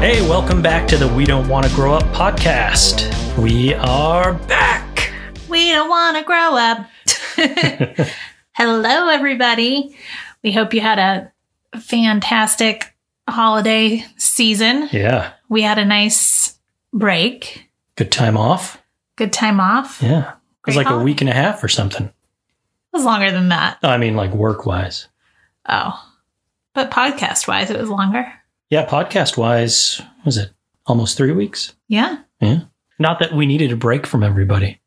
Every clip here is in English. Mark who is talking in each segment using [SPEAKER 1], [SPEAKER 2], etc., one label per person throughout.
[SPEAKER 1] Hey, welcome back to the We Don't Want to Grow Up podcast. We are back.
[SPEAKER 2] We don't want to grow up. Hello, everybody. We hope you had a fantastic holiday season.
[SPEAKER 1] Yeah.
[SPEAKER 2] We had a nice break,
[SPEAKER 1] Good time off.
[SPEAKER 2] good time off. It
[SPEAKER 1] Yeah. It was
[SPEAKER 2] Great
[SPEAKER 1] like a
[SPEAKER 2] holiday.
[SPEAKER 1] week and a half or something.
[SPEAKER 2] was longer than that.
[SPEAKER 1] I mean, like work wise.
[SPEAKER 2] Oh, but podcast wise, it was longer.
[SPEAKER 1] Yeah. Podcast wise, was it almost three weeks?
[SPEAKER 2] Yeah.
[SPEAKER 1] Not that we needed a break from everybody.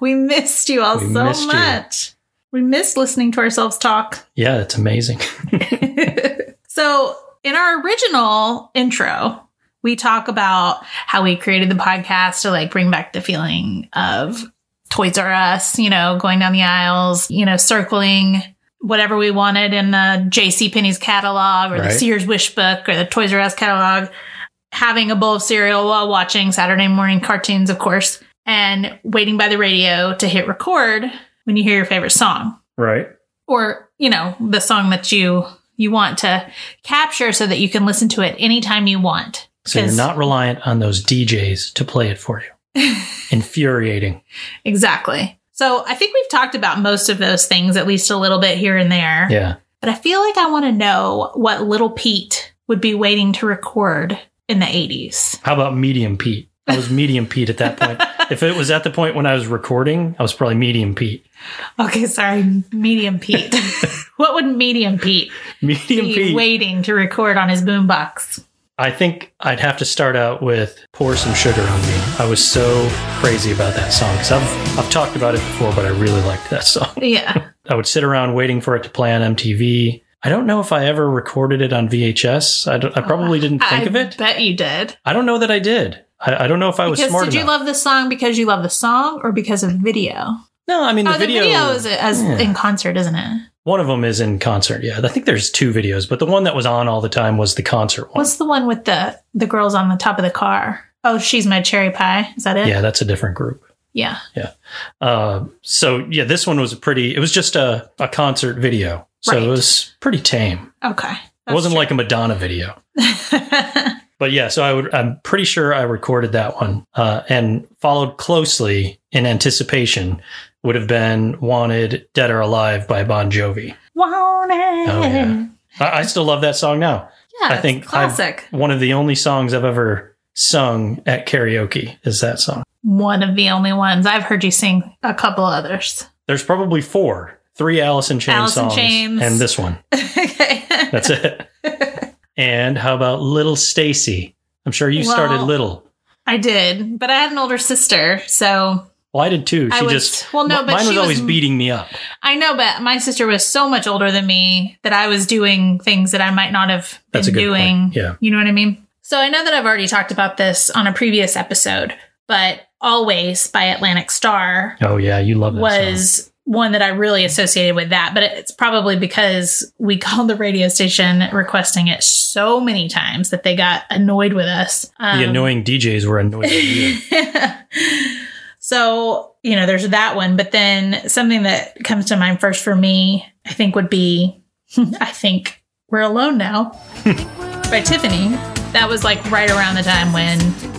[SPEAKER 2] we missed you all
[SPEAKER 1] We
[SPEAKER 2] so
[SPEAKER 1] missed you.
[SPEAKER 2] much. We missed listening to ourselves talk.
[SPEAKER 1] Yeah. That's amazing.
[SPEAKER 2] so, in our original intro, we talk about how we created the podcast to like bring back the feeling of Toys R Us, you know, going down the aisles, you know, circling whatever we wanted in the J.C. Penney's catalog or
[SPEAKER 1] Right.
[SPEAKER 2] the Sears Wish Book or the Toys R Us catalog, having a bowl of cereal while watching Saturday morning cartoons, of course, and waiting by the radio to hit record when you hear your favorite song
[SPEAKER 1] Right.
[SPEAKER 2] or you know the song that you you want to capture so that you can listen to it anytime you want
[SPEAKER 1] So you're
[SPEAKER 2] Yes.
[SPEAKER 1] not reliant on those DJs to play it for you. Infuriating.
[SPEAKER 2] exactly so i think we've talked about most of those things at least a little bit here and there
[SPEAKER 1] Yeah.
[SPEAKER 2] but i feel like i want to know what little pete would be waiting to record in the 80s
[SPEAKER 1] How about medium Pete? I was medium Pete at that point. if it was at the point when I was recording, I was probably medium Pete.
[SPEAKER 2] okay sorry medium pete what would medium pete
[SPEAKER 1] Medium
[SPEAKER 2] be
[SPEAKER 1] Pete.
[SPEAKER 2] waiting to record on his boombox
[SPEAKER 1] I think I'd have to start out with "Pour Some Sugar on Me." I was so crazy about that song because I've I've talked about it before, but I really liked that song.
[SPEAKER 2] yeah
[SPEAKER 1] I would sit around waiting for it to play on MTV. I don't know if I ever recorded it on VHS. I, don't- I probably didn't think
[SPEAKER 2] Oh, I
[SPEAKER 1] of it.
[SPEAKER 2] bet you did
[SPEAKER 1] I don't know that I did. I, I don't know if I was
[SPEAKER 2] because
[SPEAKER 1] smart
[SPEAKER 2] did you
[SPEAKER 1] enough.
[SPEAKER 2] love the song because you love the song or because of video
[SPEAKER 1] no, I mean the
[SPEAKER 2] oh,
[SPEAKER 1] video.
[SPEAKER 2] the video is as
[SPEAKER 1] Yeah.
[SPEAKER 2] in concert, isn't it?
[SPEAKER 1] one of them is in concert. Yeah, I think there's two videos, but the one that was on all the time was the concert one.
[SPEAKER 2] What's the one with the the girls on the top of the car? Oh, she's my cherry pie. Is that it?
[SPEAKER 1] yeah, that's a different group.
[SPEAKER 2] Yeah.
[SPEAKER 1] Uh, so yeah, this one was a pretty. It was just a, a concert video, so
[SPEAKER 2] Right.
[SPEAKER 1] it was pretty tame.
[SPEAKER 2] Okay.
[SPEAKER 1] it wasn't like a Madonna video,
[SPEAKER 2] like
[SPEAKER 1] but yeah. So I would. I'm pretty sure I recorded that one uh, and followed closely in anticipation. Would have been "Wanted, Dead or Alive" by Bon Jovi.
[SPEAKER 2] want it.
[SPEAKER 1] Oh, yeah. I, I still love that song now. I
[SPEAKER 2] I
[SPEAKER 1] think
[SPEAKER 2] think classic.
[SPEAKER 1] One of the only songs I've ever sung at karaoke is that song.
[SPEAKER 2] one of the only ones I've heard you sing. A couple others.
[SPEAKER 1] There's probably four, three Alice in Chains
[SPEAKER 2] Alice in
[SPEAKER 1] songs,
[SPEAKER 2] Chains.
[SPEAKER 1] and this one.
[SPEAKER 2] okay.
[SPEAKER 1] That's it. and how about Little Stacy? I'm sure you started
[SPEAKER 2] Well-
[SPEAKER 1] little.
[SPEAKER 2] I did, but I had an older sister, so
[SPEAKER 1] Well, I did too.
[SPEAKER 2] I
[SPEAKER 1] She
[SPEAKER 2] was-
[SPEAKER 1] just
[SPEAKER 2] well, no,
[SPEAKER 1] m-
[SPEAKER 2] but
[SPEAKER 1] mine
[SPEAKER 2] she
[SPEAKER 1] was
[SPEAKER 2] was
[SPEAKER 1] always
[SPEAKER 2] m-
[SPEAKER 1] beating me up.
[SPEAKER 2] I know. But my sister was so much older than me that I was doing things that I might not have
[SPEAKER 1] That's a
[SPEAKER 2] been
[SPEAKER 1] good
[SPEAKER 2] doing.
[SPEAKER 1] point. Yeah,
[SPEAKER 2] You know what I mean? So I know that I've already talked about this on a previous episode, but Always by Atlantic Star
[SPEAKER 1] oh yeah, you love that song.
[SPEAKER 2] was one that I really associated with that. But it's probably because we called the radio station requesting it so many times that they got annoyed with us. Um,
[SPEAKER 1] the annoying DJs were annoyed. at you.
[SPEAKER 2] so, you know, there's that one. But then something that comes to mind first for me, I think would be I think we're alone now by Tiffany. That was like right around the time when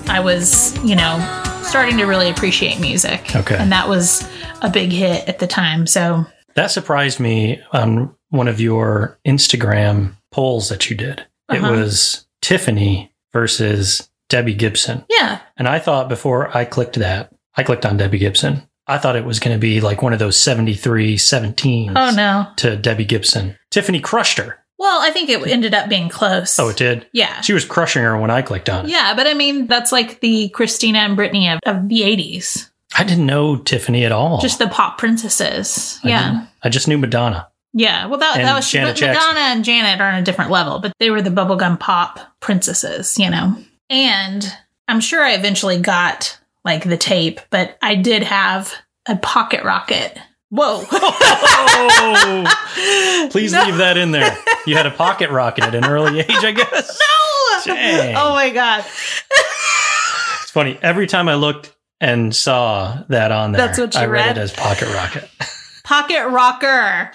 [SPEAKER 2] I was, you know, starting to really appreciate music.
[SPEAKER 1] Okay.
[SPEAKER 2] And that was a big hit at the time. So,
[SPEAKER 1] that surprised me on one of your Instagram polls that you did.
[SPEAKER 2] Uh-huh.
[SPEAKER 1] It was Tiffany versus Debbie Gibson.
[SPEAKER 2] yeah.
[SPEAKER 1] And I thought before I clicked that, I clicked on Debbie Gibson. I thought it was going to be like one of those 73 17s
[SPEAKER 2] Oh, no.
[SPEAKER 1] to Debbie Gibson. Tiffany crushed her.
[SPEAKER 2] Well, I think it ended up being close.
[SPEAKER 1] Oh, it did?
[SPEAKER 2] yeah.
[SPEAKER 1] She was crushing her when I clicked on it.
[SPEAKER 2] Yeah. But I mean, that's like the Christina and Britney of, of the 80s,
[SPEAKER 1] I didn't know Tiffany at all.
[SPEAKER 2] just the pop princesses.
[SPEAKER 1] I
[SPEAKER 2] yeah.
[SPEAKER 1] didn't. I just knew Madonna.
[SPEAKER 2] Yeah, well, that,
[SPEAKER 1] And
[SPEAKER 2] that was
[SPEAKER 1] Janet
[SPEAKER 2] but Madonna and Janet are on a different level, but they were the bubblegum pop princesses, you know. And I'm sure I eventually got like the tape, but I did have a pocket rocket. Whoa!
[SPEAKER 1] Oh, please
[SPEAKER 2] No.
[SPEAKER 1] leave that in there. You had a pocket
[SPEAKER 2] Oh
[SPEAKER 1] rocket at an early age, I guess.
[SPEAKER 2] No!
[SPEAKER 1] Dang.
[SPEAKER 2] Oh my god!
[SPEAKER 1] It's funny. Every time I looked and saw that on there,
[SPEAKER 2] That's what you
[SPEAKER 1] I read,
[SPEAKER 2] read?
[SPEAKER 1] it as Pocket Rocket.
[SPEAKER 2] Pocket rocker.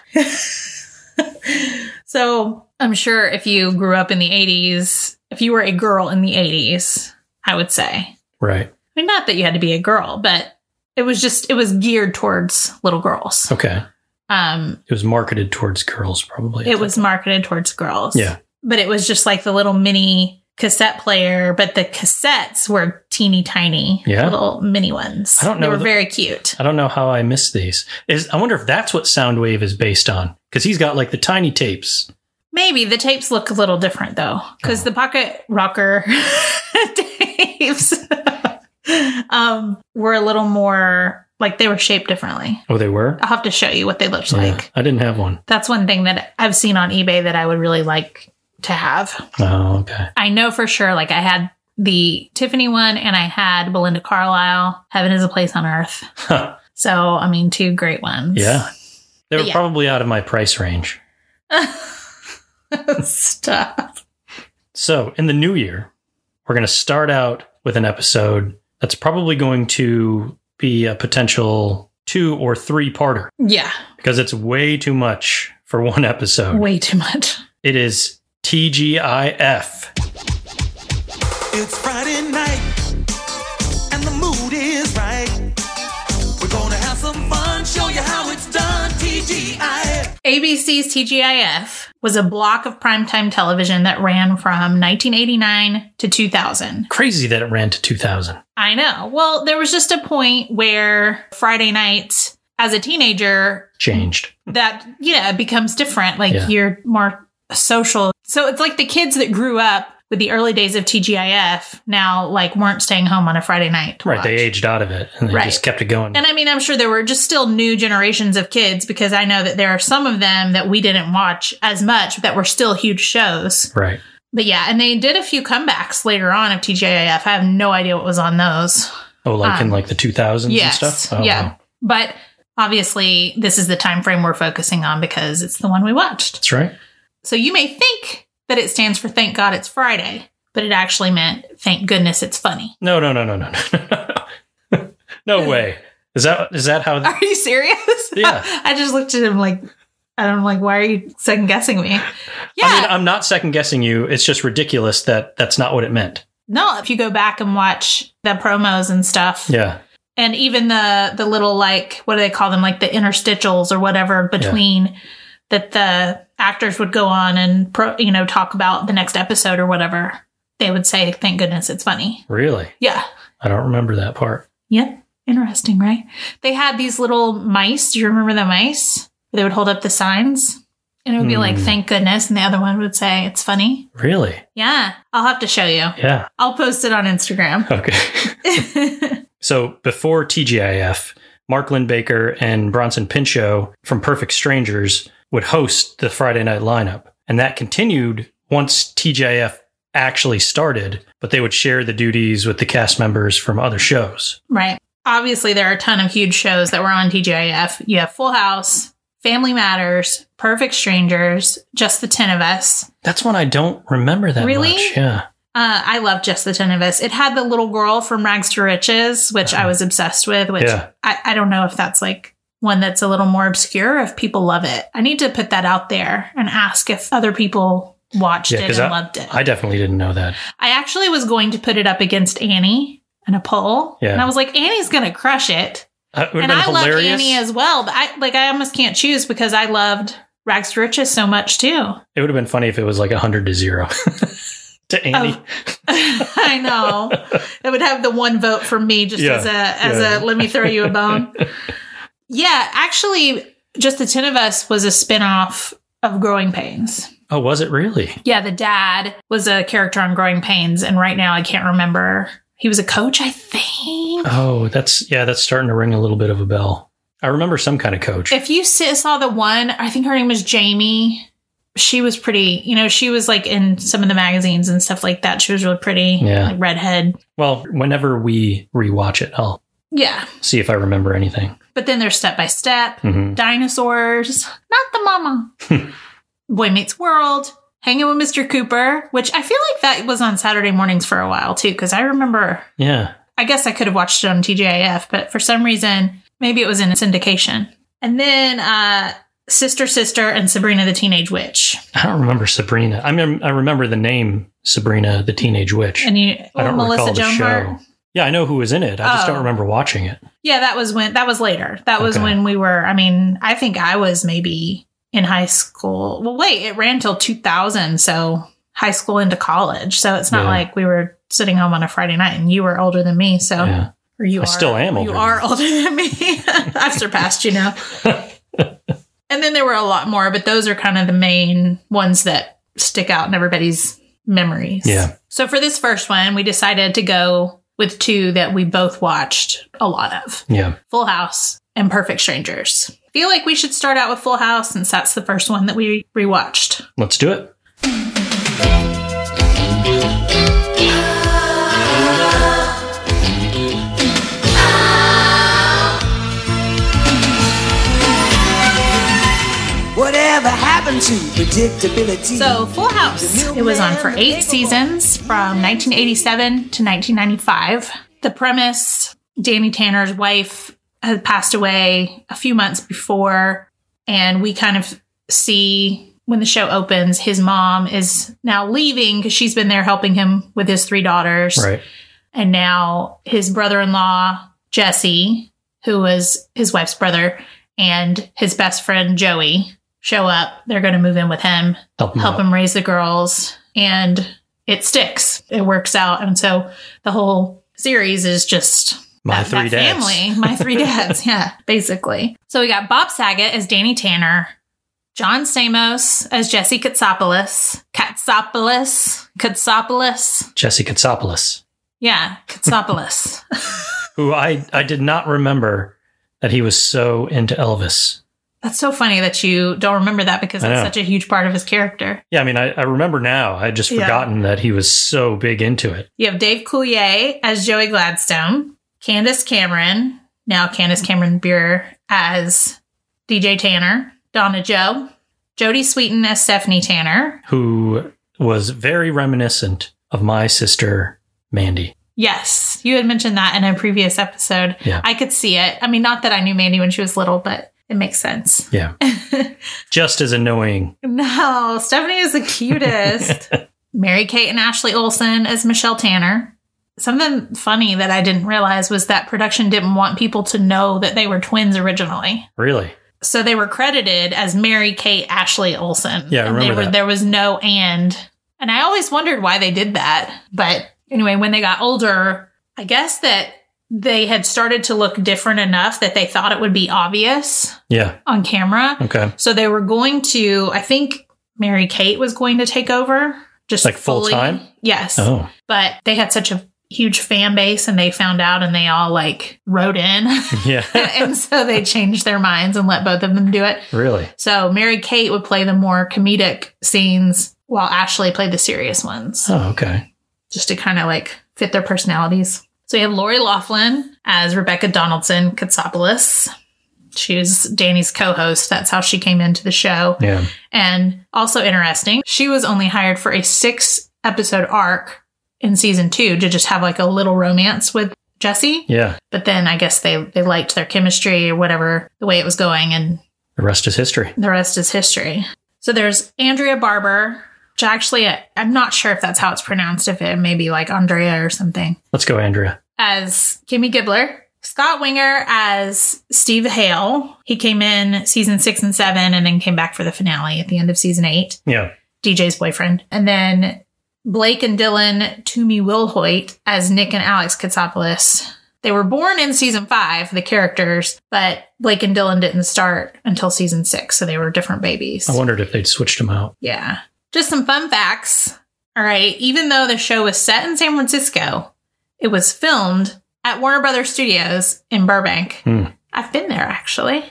[SPEAKER 2] so I'm sure if you grew up in the 80s, if you were a girl in the 80s, I would say.
[SPEAKER 1] right.
[SPEAKER 2] I mean, not that you had to be a girl, but it was just, it was geared towards little girls.
[SPEAKER 1] Okay. Oh.
[SPEAKER 2] Um,
[SPEAKER 1] It was marketed towards girls, probably.
[SPEAKER 2] it was marketed towards girls.
[SPEAKER 1] Yeah.
[SPEAKER 2] But it was just like the little mini cassette player, but the cassettes were teeny tiny
[SPEAKER 1] Yeah.
[SPEAKER 2] little mini ones.
[SPEAKER 1] I don't know
[SPEAKER 2] They were
[SPEAKER 1] the-
[SPEAKER 2] very cute.
[SPEAKER 1] I don't know how I missed these. Is I wonder if that's what Soundwave is based on because he's got like the tiny tapes.
[SPEAKER 2] Maybe the tapes look a little different though, because
[SPEAKER 1] Oh.
[SPEAKER 2] the pocket rocker tapes um, were a little more like they were shaped differently.
[SPEAKER 1] Oh, they were.
[SPEAKER 2] I'll have to show you what they looked
[SPEAKER 1] Yeah.
[SPEAKER 2] Uh, like.
[SPEAKER 1] I didn't have one.
[SPEAKER 2] That's one thing that I've seen on eBay that I would really like to have.
[SPEAKER 1] Oh, okay.
[SPEAKER 2] I know for sure, like I had the Tiffany one and I had Belinda Carlisle, Heaven is a Place on Earth.
[SPEAKER 1] Huh.
[SPEAKER 2] So, I mean, two great ones.
[SPEAKER 1] Yeah. They
[SPEAKER 2] But
[SPEAKER 1] were
[SPEAKER 2] yeah.
[SPEAKER 1] probably out of my price range.
[SPEAKER 2] Stop.
[SPEAKER 1] So, in the new year, we're going to start out with an episode that's probably going to be a potential two or three parter
[SPEAKER 2] Yeah.
[SPEAKER 1] because it's way too much for one episode.
[SPEAKER 2] Way too much.
[SPEAKER 1] It is TGIF.
[SPEAKER 3] It's Friday night, and the mood is right. We're gonna have some fun, show you how it's done. TGI.
[SPEAKER 2] ABC's TGIF was a block of primetime television that ran from 1989 to 2000.
[SPEAKER 1] Crazy that it ran to 2000.
[SPEAKER 2] I know. Well, there was just a point where Friday nights as a teenager
[SPEAKER 1] Changed.
[SPEAKER 2] that yeah it becomes different like
[SPEAKER 1] Yeah.
[SPEAKER 2] you're more social so it's like the kids that grew up with the early days of tgif now like weren't staying home on a friday night to
[SPEAKER 1] Right. They
[SPEAKER 2] watch.
[SPEAKER 1] aged out of it and they
[SPEAKER 2] Right.
[SPEAKER 1] just kept it going.
[SPEAKER 2] and i mean i'm sure there were just still new generations of kids because i know that there are some of them that we didn't watch as much that were still huge shows
[SPEAKER 1] right.
[SPEAKER 2] but yeah and they did a few comebacks later on of tgif i have no idea what was on those
[SPEAKER 1] Oh, like in
[SPEAKER 2] Um,
[SPEAKER 1] like the 2000s
[SPEAKER 2] yes
[SPEAKER 1] and stuff? Oh,
[SPEAKER 2] yeah
[SPEAKER 1] wow.
[SPEAKER 2] but obviously this is the time frame we're focusing on because it's the one we watched
[SPEAKER 1] That's right.
[SPEAKER 2] So you may think that it stands for thank God it's Friday, but it actually meant thank goodness it's funny.
[SPEAKER 1] No, no, no, no, no, no, no. no way. Is that is that how?
[SPEAKER 2] Are you serious?
[SPEAKER 1] Yeah.
[SPEAKER 2] I just looked at him like, and I'm like, why are you second guessing me? Yeah.
[SPEAKER 1] I mean, I'm not second guessing you. It's just ridiculous that that's not what it meant.
[SPEAKER 2] no, if you go back and watch the promos and stuff,
[SPEAKER 1] Yeah.
[SPEAKER 2] and even the the little like what do they call them like the interstitials or whatever between that the actors would go on and pro, you know talk about the next episode or whatever they would say thank goodness it's funny
[SPEAKER 1] Really?
[SPEAKER 2] yeah
[SPEAKER 1] I don't remember that part.
[SPEAKER 2] Yep. Interesting, right? They had these little mice. Do you remember the mice? They would hold up the signs and it would be like,
[SPEAKER 1] Hmm.
[SPEAKER 2] thank goodness. And the other one would say, it's funny.
[SPEAKER 1] Really?
[SPEAKER 2] Yeah. I'll have to show you.
[SPEAKER 1] Yeah.
[SPEAKER 2] I'll post it on Instagram.
[SPEAKER 1] Okay. so before TGIF, Mark Lynn Baker and Bronson Pinchot from Perfect Strangers would host the Friday night lineup. And that continued once TGIF actually started, but they would share the duties with the cast members from other shows.
[SPEAKER 2] right. Obviously, there are a ton of huge shows that were on TGIF. You have Full House, Family Matters, Perfect Strangers, Just the Ten of Us.
[SPEAKER 1] That's one I don't remember that
[SPEAKER 2] Really?
[SPEAKER 1] much. Yeah.
[SPEAKER 2] Uh, I love Just the Ten of Us. It had the little girl from Rags to Riches, which I was obsessed with, which
[SPEAKER 1] Uh-huh. Yeah.
[SPEAKER 2] I, I don't know if that's like one that's a little more obscure, if people love it. I need to put that out there and ask if other people watched
[SPEAKER 1] Yeah,
[SPEAKER 2] it
[SPEAKER 1] 'cause
[SPEAKER 2] and
[SPEAKER 1] I-
[SPEAKER 2] loved it. I,
[SPEAKER 1] I definitely didn't know that.
[SPEAKER 2] actually was going to put it up against Annie in a poll.
[SPEAKER 1] Yeah.
[SPEAKER 2] And I was like, Annie's going to crush it.
[SPEAKER 1] Uh, It would
[SPEAKER 2] And
[SPEAKER 1] have
[SPEAKER 2] I
[SPEAKER 1] been
[SPEAKER 2] love
[SPEAKER 1] hilarious.
[SPEAKER 2] Annie as well, but I like I almost can't choose because I loved Rags to Riches so much too.
[SPEAKER 1] It would have been funny if it was like 100 to 0
[SPEAKER 2] Oh.
[SPEAKER 1] to Annie.
[SPEAKER 2] I know. It would have the one vote for me just
[SPEAKER 1] Yeah.
[SPEAKER 2] as a as
[SPEAKER 1] Yeah.
[SPEAKER 2] a let me throw you a bone. yeah, actually just the 10 of us was a spin-off of Growing Pains.
[SPEAKER 1] Oh, was it really?
[SPEAKER 2] Yeah, the dad was a character on Growing Pains and right now I can't remember. He was a coach, I think.
[SPEAKER 1] Oh, that's yeah, that's starting to ring a little bit of a bell. I remember some kind of coach.
[SPEAKER 2] If you si- saw the one, I think her name was Jamie. She was pretty, you know, she was like in some of the magazines and stuff like that. She was really pretty,
[SPEAKER 1] Yeah.
[SPEAKER 2] like redhead.
[SPEAKER 1] Well, whenever we rewatch it, I'll
[SPEAKER 2] Yeah.
[SPEAKER 1] see if I remember anything.
[SPEAKER 2] But then there's step by step.
[SPEAKER 1] Mhm.
[SPEAKER 2] dinosaurs, not the mama. Boy Meets World, Hanging with Mr. Cooper, which I feel like that was on Saturday mornings for a while too, because I remember
[SPEAKER 1] Yeah,
[SPEAKER 2] I guess I could have watched it on TGIF, but for some reason, maybe it was in syndication. And then uh, Sister Sister and Sabrina the Teenage Witch.
[SPEAKER 1] I don't remember Sabrina. I mean, I remember the name Sabrina the Teenage Witch.
[SPEAKER 2] And you,
[SPEAKER 1] I don't
[SPEAKER 2] oh, Melissa
[SPEAKER 1] recall the
[SPEAKER 2] Joan
[SPEAKER 1] show.
[SPEAKER 2] Hart.
[SPEAKER 1] Yeah, I know who was in it. I just
[SPEAKER 2] Oh.
[SPEAKER 1] don't remember watching it.
[SPEAKER 2] Yeah, that was when that was later. That was
[SPEAKER 1] Okay.
[SPEAKER 2] when we were. I mean, I think I was maybe in high school. Well, wait, it ran till 2000, so high school into college. So it's not
[SPEAKER 1] Yeah.
[SPEAKER 2] like we were sitting home on a Friday night and you were older than me. So
[SPEAKER 1] Yeah.
[SPEAKER 2] or you
[SPEAKER 1] I
[SPEAKER 2] are,
[SPEAKER 1] still am older
[SPEAKER 2] You
[SPEAKER 1] than
[SPEAKER 2] are older than me. I've surpassed you now. and then there were a lot more, but those are kind of the main ones that stick out in everybody's memories.
[SPEAKER 1] Yeah.
[SPEAKER 2] So for this first one, we decided to go with two that we both watched a lot of.
[SPEAKER 1] Yeah.
[SPEAKER 2] Full House, and Perfect Strangers. I feel like we should start out with Full House since that's the first one that we rewatched.
[SPEAKER 1] Let's do it.
[SPEAKER 4] Whatever happened to predictability?
[SPEAKER 2] So, Full House, it was on for eight seasons from 1987 to 1995. The premise Danny Tanner's wife had passed away a few months before, and we kind of see when the show opens, his mom is now leaving because she's been there helping him with his three daughters.
[SPEAKER 1] Right.
[SPEAKER 2] and now his brother-in-law Jesse, who was his wife's brother, and his best friend Joey show up. They're going to move in with him,
[SPEAKER 1] Help him
[SPEAKER 2] help
[SPEAKER 1] out.
[SPEAKER 2] him raise the girls, and it sticks. It works out, and so the whole series is just
[SPEAKER 1] My
[SPEAKER 2] that-
[SPEAKER 1] three
[SPEAKER 2] that
[SPEAKER 1] dads.
[SPEAKER 2] family, my three dads, yeah, basically. So we got Bob Saget as Danny Tanner, John Samos as Jesse Katsopoulos, Katsopoulos, Katsopoulos,
[SPEAKER 1] Jesse Katsopoulos,
[SPEAKER 2] yeah, Katsopoulos.
[SPEAKER 1] who I, I did not remember that he was so into Elvis.
[SPEAKER 2] That's so funny that you don't remember that because
[SPEAKER 1] I
[SPEAKER 2] that's
[SPEAKER 1] know.
[SPEAKER 2] such a huge part of his character.
[SPEAKER 1] Yeah, I mean, I, I remember now. I had just
[SPEAKER 2] Yeah.
[SPEAKER 1] forgotten that he was so big into it.
[SPEAKER 2] You have Dave Coulier as Joey Gladstone, Candace Cameron, now Candace Cameron Bure as DJ Tanner, Donna Joe, Jody Sweeten as Stephanie Tanner.
[SPEAKER 1] who was very reminiscent of my sister Mandy.
[SPEAKER 2] Yes, you had mentioned that in a previous episode.
[SPEAKER 1] Yeah.
[SPEAKER 2] I could see it. I mean, not that I knew Mandy when she was little, but it makes sense.
[SPEAKER 1] Yeah. Just as annoying.
[SPEAKER 2] No, Stephanie is the cutest. Mary Kate and Ashley Olsen as Michelle Tanner. Something funny that I didn't realize was that production didn't want people to know that they were twins originally.
[SPEAKER 1] Really?
[SPEAKER 2] So they were credited as Mary Kate Ashley Olsen.
[SPEAKER 1] Yeah, I
[SPEAKER 2] And they
[SPEAKER 1] remember
[SPEAKER 2] were-
[SPEAKER 1] that.
[SPEAKER 2] There was no and. And I always wondered why they did that. But anyway, when they got older, I guess that they had started to look different enough that they thought it would be obvious
[SPEAKER 1] Yeah.
[SPEAKER 2] on camera.
[SPEAKER 1] Okay.
[SPEAKER 2] So they were going to, I think Mary Kate was going to take over just
[SPEAKER 1] Like full
[SPEAKER 2] fully.
[SPEAKER 1] time?
[SPEAKER 2] Yes.
[SPEAKER 1] Oh,
[SPEAKER 2] But they had such a huge fan base and they found out and they all like wrote in.
[SPEAKER 1] yeah.
[SPEAKER 2] and so they changed their minds and let both of them do it.
[SPEAKER 1] really?
[SPEAKER 2] So Mary Kate would play the more comedic scenes while Ashley played the serious ones
[SPEAKER 1] Oh, okay.
[SPEAKER 2] just to kind of like fit their personalities. So you have Lori Laughlin as Rebecca Donaldson Katsopoulos. She was Danny's co-host. That's how she came into the show.
[SPEAKER 1] Yeah.
[SPEAKER 2] And also interesting, she was only hired for a six episode arc in season two to just have like a little romance with Jesse.
[SPEAKER 1] Yeah.
[SPEAKER 2] But then I guess they, they liked their chemistry or whatever, the way it was going, and
[SPEAKER 1] The rest is history.
[SPEAKER 2] the rest is history. So there's Andrea Barber, which actually I- I'm not sure if that's how it's pronounced, if it may be like Andrea or something,
[SPEAKER 1] Let's go, Andrea.
[SPEAKER 2] as Kimmy Gibbler. Scott Winger as Steve Hale. He came in season six and seven and then came back for the finale at the end of season eight.
[SPEAKER 1] Yeah.
[SPEAKER 2] DJ's boyfriend. And then Blake and Dylan Toomey Wilhoit as Nick and Alex Katsopoulos. They were born in season five, the characters, but Blake and Dylan didn't start until season six, so they were different babies.
[SPEAKER 1] I wondered if they'd switched him out.
[SPEAKER 2] Yeah. Just some fun facts. All right. Even though the show was set in San Francisco, it was filmed at Warner Brothers Studios in Burbank.
[SPEAKER 1] Hmm.
[SPEAKER 2] I've been there actually.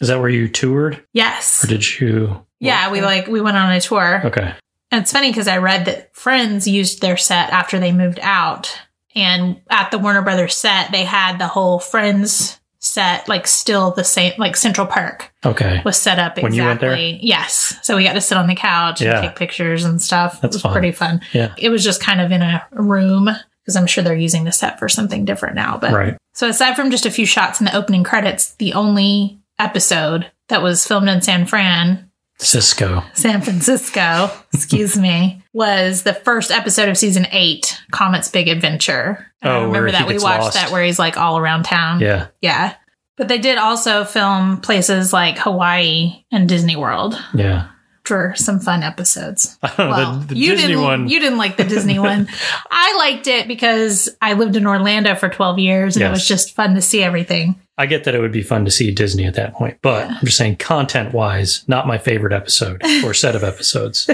[SPEAKER 1] Is that where you toured
[SPEAKER 2] Yes.
[SPEAKER 1] or did you?
[SPEAKER 2] Yeah, we like we went on a tour.
[SPEAKER 1] Okay.
[SPEAKER 2] And it's funny because I read that Friends used their set after they moved out. And at the Warner Brothers set, they had the whole Friends set, like still the same, like Central Park
[SPEAKER 1] Okay.
[SPEAKER 2] was set up exactly.
[SPEAKER 1] When you went there?
[SPEAKER 2] Yes. So we got to sit on the couch
[SPEAKER 1] Yeah.
[SPEAKER 2] and take pictures and stuff.
[SPEAKER 1] That's
[SPEAKER 2] it was
[SPEAKER 1] fun.
[SPEAKER 2] pretty fun.
[SPEAKER 1] Yeah.
[SPEAKER 2] It was just kind of in a room. because I'm sure they're using the set for something different now. But
[SPEAKER 1] Right.
[SPEAKER 2] so aside from just a few shots in the opening credits, the only episode that was filmed in San Fran,
[SPEAKER 1] Cisco.
[SPEAKER 2] San Francisco, excuse me, was the first episode of season eight, Comet's Big Adventure. And I
[SPEAKER 1] Oh, where
[SPEAKER 2] remember
[SPEAKER 1] he
[SPEAKER 2] that we
[SPEAKER 1] gets
[SPEAKER 2] watched
[SPEAKER 1] lost.
[SPEAKER 2] that where he's like all around town.
[SPEAKER 1] Yeah.
[SPEAKER 2] Yeah. But they did also film places like Hawaii and Disney World
[SPEAKER 1] Yeah.
[SPEAKER 2] for some fun episodes.
[SPEAKER 1] I don't know.
[SPEAKER 2] Well,
[SPEAKER 1] Uh, the the
[SPEAKER 2] you
[SPEAKER 1] Disney
[SPEAKER 2] didn't,
[SPEAKER 1] one.
[SPEAKER 2] You didn't like the Disney one. I liked it because I lived in Orlando for 12 years and it
[SPEAKER 1] Yes.
[SPEAKER 2] was just fun to see everything.
[SPEAKER 1] I get that it would be fun to see Disney at that point, but I'm just saying, content wise, not my favorite episode or set of episodes.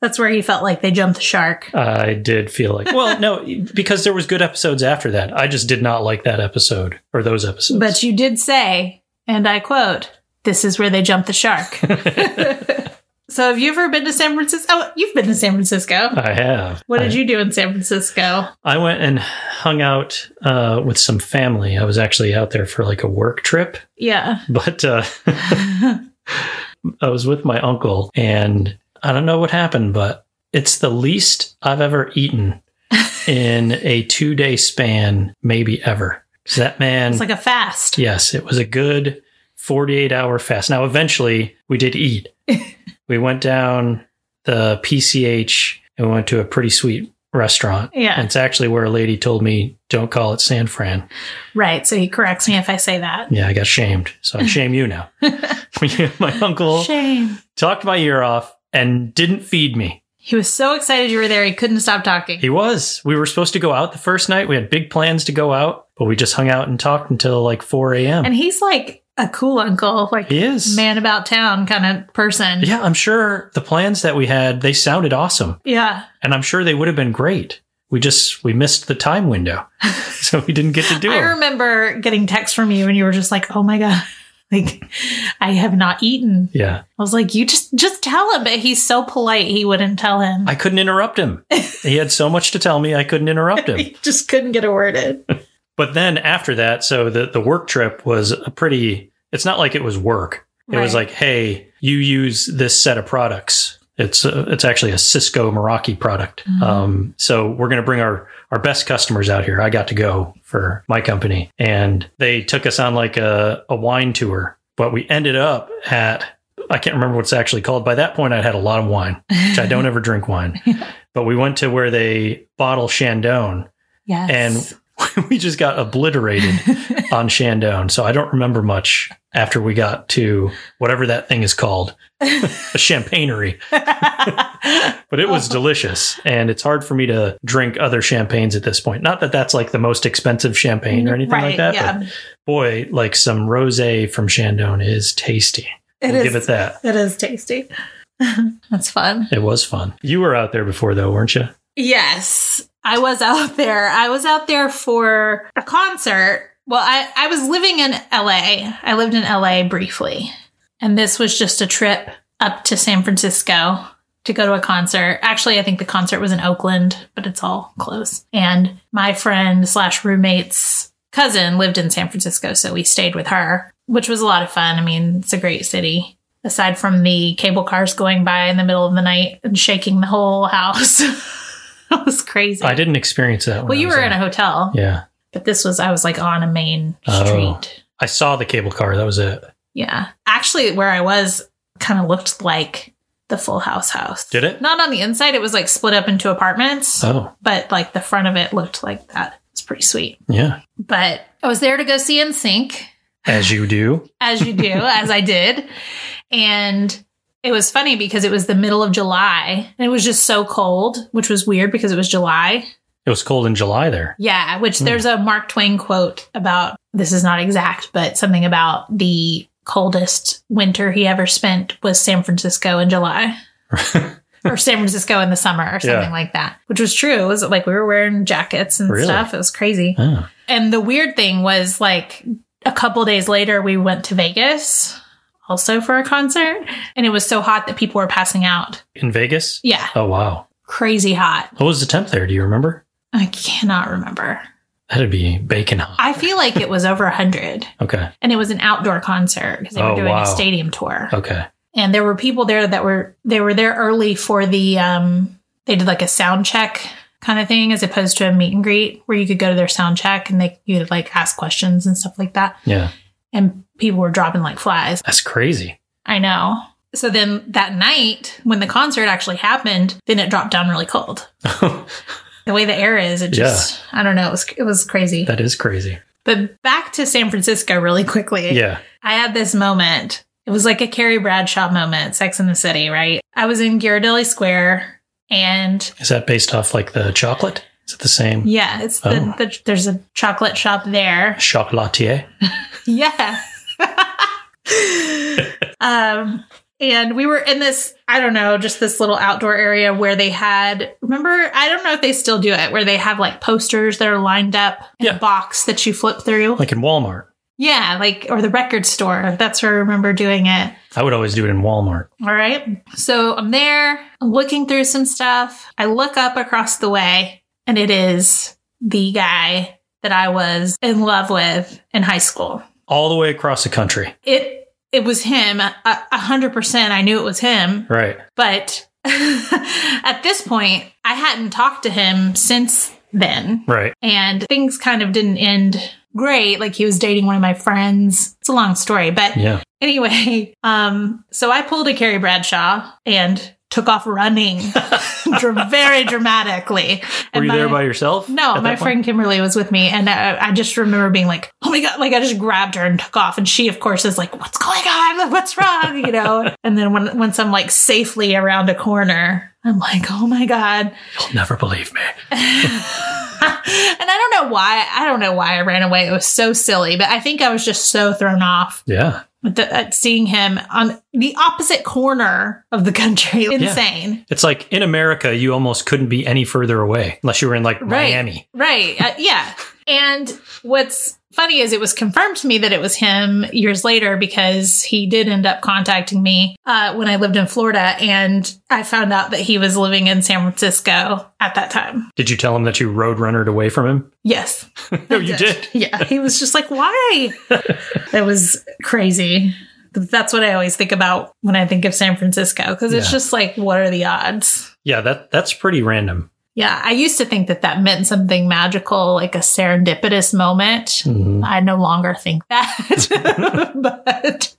[SPEAKER 2] That's where he felt like they jumped the shark.
[SPEAKER 1] I did feel like, well, no, because there was good episodes after that. I just did not like that episode or those episodes.
[SPEAKER 2] But you did say, and I quote, this is where they jumped the shark. so have you ever been to San Francisco? Oh, you've been to San Francisco.
[SPEAKER 1] I have.
[SPEAKER 2] What
[SPEAKER 1] I-
[SPEAKER 2] did you do in San Francisco?
[SPEAKER 1] I went and hung out uh, with some family. I was actually out there for like a work trip,
[SPEAKER 2] Yeah.
[SPEAKER 1] but uh, I was with my uncle, and I don't know what happened, but it's the least I've ever eaten in a two day span, maybe ever. So that man,
[SPEAKER 2] It's like a fast.
[SPEAKER 1] yes, it was a good 48 hour fast. Now, eventually, we did eat. we went down the PCH and went to a pretty sweet restaurant.
[SPEAKER 2] Yeah.
[SPEAKER 1] And it's actually where a lady told me, don't call it San Fran.
[SPEAKER 2] Right. So he corrects me if I say that.
[SPEAKER 1] Yeah, I got shamed. So I shame you now. my uncle
[SPEAKER 2] Shame.
[SPEAKER 1] talked my ear off and didn't feed me.
[SPEAKER 2] He was so excited you were there, he couldn't stop talking.
[SPEAKER 1] He was. We were supposed to go out the first night. We had big plans to go out, but we just hung out and talked until like 4 a.m.
[SPEAKER 2] And he's like a cool uncle, like
[SPEAKER 1] He is.
[SPEAKER 2] man about town kind of person.
[SPEAKER 1] Yeah, I'm sure the plans that we had, they sounded awesome.
[SPEAKER 2] Yeah.
[SPEAKER 1] And I'm sure they would have been great. We just, we missed the time window. so we didn't get to do
[SPEAKER 2] I
[SPEAKER 1] it.
[SPEAKER 2] remember getting texts from you and you were just like, "Oh my god. Like I have not eaten."
[SPEAKER 1] Yeah.
[SPEAKER 2] I was like, "You just just tell him." But he's so polite, he wouldn't tell him.
[SPEAKER 1] I couldn't interrupt him. he had so much to tell me, I couldn't interrupt him.
[SPEAKER 2] he just couldn't get a word in.
[SPEAKER 1] But then after that, so the, the work trip was a pretty, it's not like it was work. It was
[SPEAKER 2] Right.
[SPEAKER 1] like, hey, you use this set of products. It's a, it's actually a Cisco Meraki product. Um, so we're going to bring our, our best customers out here. I got to go for my company and they took us on like a, a wine tour, but we ended up at, I can't remember what's actually called. By that point, I'd had a lot of wine, which I don't ever drink wine, but we went to where they bottle Shandong
[SPEAKER 2] Yes.
[SPEAKER 1] and we just got obliterated on Shandong. So I don't remember much after we got to whatever that thing is called, a champagnery. but it
[SPEAKER 2] Oh.
[SPEAKER 1] was delicious, and it's hard for me to drink other champagnes at this point. Not that that's like the most expensive champagne or anything like
[SPEAKER 2] Right,
[SPEAKER 1] that,
[SPEAKER 2] yeah.
[SPEAKER 1] but boy, like some rosé from Shandong is tasty.
[SPEAKER 2] It
[SPEAKER 1] I'll
[SPEAKER 2] is-
[SPEAKER 1] give it that.
[SPEAKER 2] It is tasty. That's fun.
[SPEAKER 1] It was fun. You were out there before though, weren't you?
[SPEAKER 2] Yes, I was out there. I was out there for a concert. Well, I, I was living in LA. I lived in LA briefly. And this was just a trip up to San Francisco to go to a concert. Actually, I think the concert was in Oakland, but it's all close. And my friend slash roommate's cousin lived in San Francisco, so we stayed with her, which was a lot of fun. I mean, it's a great city. Aside from the cable cars going by in the middle of the night and shaking the whole house. that was crazy.
[SPEAKER 1] I didn't experience that. when
[SPEAKER 2] well,
[SPEAKER 1] I
[SPEAKER 2] you
[SPEAKER 1] was
[SPEAKER 2] were in
[SPEAKER 1] there.
[SPEAKER 2] a hotel,
[SPEAKER 1] yeah.
[SPEAKER 2] but this was, I was like on a main
[SPEAKER 1] Oh.
[SPEAKER 2] street.
[SPEAKER 1] I saw the cable car. That was it.
[SPEAKER 2] Yeah. Actually, where I was kind of looked like the Full House house.
[SPEAKER 1] Did it?
[SPEAKER 2] Not on the inside. It was like split up into apartments,
[SPEAKER 1] Oh,
[SPEAKER 2] but like the front of it looked like that. It's pretty sweet.
[SPEAKER 1] yeah.
[SPEAKER 2] But I was there to go see NSYNC,
[SPEAKER 1] As you do.
[SPEAKER 2] as you do, as I did. And it was funny because it was the middle of July and it was just so cold, which was weird because it was July.
[SPEAKER 1] It was cold in July there.
[SPEAKER 2] Yeah, which
[SPEAKER 1] Hmm.
[SPEAKER 2] there's a Mark Twain quote about this is not exact, but something about the coldest winter he ever spent was San Francisco in July. or San Francisco in the summer or something
[SPEAKER 1] Yeah.
[SPEAKER 2] like that. Which was true. It was like we were wearing jackets and
[SPEAKER 1] Really?
[SPEAKER 2] stuff. It was crazy.
[SPEAKER 1] Oh.
[SPEAKER 2] And the weird thing was like a couple days later we went to Vegas also for a concert and it was so hot that people were passing out.
[SPEAKER 1] In Vegas?
[SPEAKER 2] Yeah,
[SPEAKER 1] Oh, wow.
[SPEAKER 2] crazy hot.
[SPEAKER 1] What was the temp there? Do you remember?
[SPEAKER 2] I cannot remember.
[SPEAKER 1] That'd be bacon hot.
[SPEAKER 2] I feel like it was over 100.
[SPEAKER 1] Okay.
[SPEAKER 2] and it was an outdoor concert because they
[SPEAKER 1] Oh,
[SPEAKER 2] were doing
[SPEAKER 1] wow.
[SPEAKER 2] a stadium tour.
[SPEAKER 1] Okay.
[SPEAKER 2] And there were people there that were they were there early for the um they did like a sound check kind of thing, as opposed to a meet and greet where you could go to their sound check and they you could like ask questions and stuff like that.
[SPEAKER 1] Yeah.
[SPEAKER 2] And people were dropping like flies.
[SPEAKER 1] That's crazy.
[SPEAKER 2] I know. So then that night, when the concert actually happened, then it dropped down really cold. The way the air is, it just I don't know, it was it was crazy.
[SPEAKER 1] that is crazy.
[SPEAKER 2] but back to San Francisco really quickly.
[SPEAKER 1] Yeah.
[SPEAKER 2] I had this moment. It was like a Carrie Bradshaw moment, Sex in the City, right? I was in Ghirardelli Square and
[SPEAKER 1] Is that based off like the chocolate? Is it the same?
[SPEAKER 2] yeah, it's the,
[SPEAKER 1] Oh.
[SPEAKER 2] the there's a chocolate shop there.
[SPEAKER 1] Chocolatier?
[SPEAKER 2] Yeah. um and we were in this I don't know, just this little outdoor area where they had remember, I don't know if they still do it, where they have like posters that are lined up in
[SPEAKER 1] Yeah.
[SPEAKER 2] a box that you flip through.
[SPEAKER 1] Like in Walmart.
[SPEAKER 2] yeah, like or the record store. That's where I remember doing it.
[SPEAKER 1] I would always do it in Walmart.
[SPEAKER 2] All right. So I'm there, I'm looking through some stuff. I look up across the way, and it is the guy that I was in love with in high school.
[SPEAKER 1] All the way across the country.
[SPEAKER 2] It it was him. A a hundred percent. I knew it was him,
[SPEAKER 1] Right.
[SPEAKER 2] but at this point, I hadn't talked to him since then
[SPEAKER 1] Right.
[SPEAKER 2] and things kind of didn't end great. Like he was dating one of my friends. It's a long story, but
[SPEAKER 1] Yeah.
[SPEAKER 2] anyway, um, so I pulled a Carrie Bradshaw and took off running dra- very dramatically.
[SPEAKER 1] Were
[SPEAKER 2] And
[SPEAKER 1] you there
[SPEAKER 2] my-
[SPEAKER 1] by yourself? at
[SPEAKER 2] no,
[SPEAKER 1] that
[SPEAKER 2] my
[SPEAKER 1] point?
[SPEAKER 2] friend Kimberly was with me, and uh, I, I just remember being like, "Oh my god!" Like I just grabbed her and took off, and she, of course, is like, "What's going on? What's wrong?" You know. and then when once I'm like safely around a corner, I'm like, "Oh my god!"
[SPEAKER 1] You'll never believe me.
[SPEAKER 2] and I don't know why. I don't know why I ran away. It was so silly, but I think I was just so thrown off
[SPEAKER 1] Yeah.
[SPEAKER 2] with the, at seeing him on the opposite corner of the country. Insane.
[SPEAKER 1] It's like in America, you almost couldn't be any further away unless you were in like
[SPEAKER 2] Right.
[SPEAKER 1] Miami.
[SPEAKER 2] Right. Uh, yeah. And what's funny is it was confirmed to me that it was him years later because he did end up contacting me uh, when I lived in Florida. And I found out that he was living in San Francisco at that time.
[SPEAKER 1] Did you tell him that you road runnered away from him?
[SPEAKER 2] Yes.
[SPEAKER 1] no, Oh, you did.
[SPEAKER 2] Yeah, he was just like, why? that was crazy. That's what I always think about when I think of San Francisco because it's
[SPEAKER 1] Yeah.
[SPEAKER 2] just like, what are the odds?
[SPEAKER 1] Yeah, that that's pretty random.
[SPEAKER 2] Yeah, I used to think that that meant something magical, like a serendipitous moment. I no longer think that, but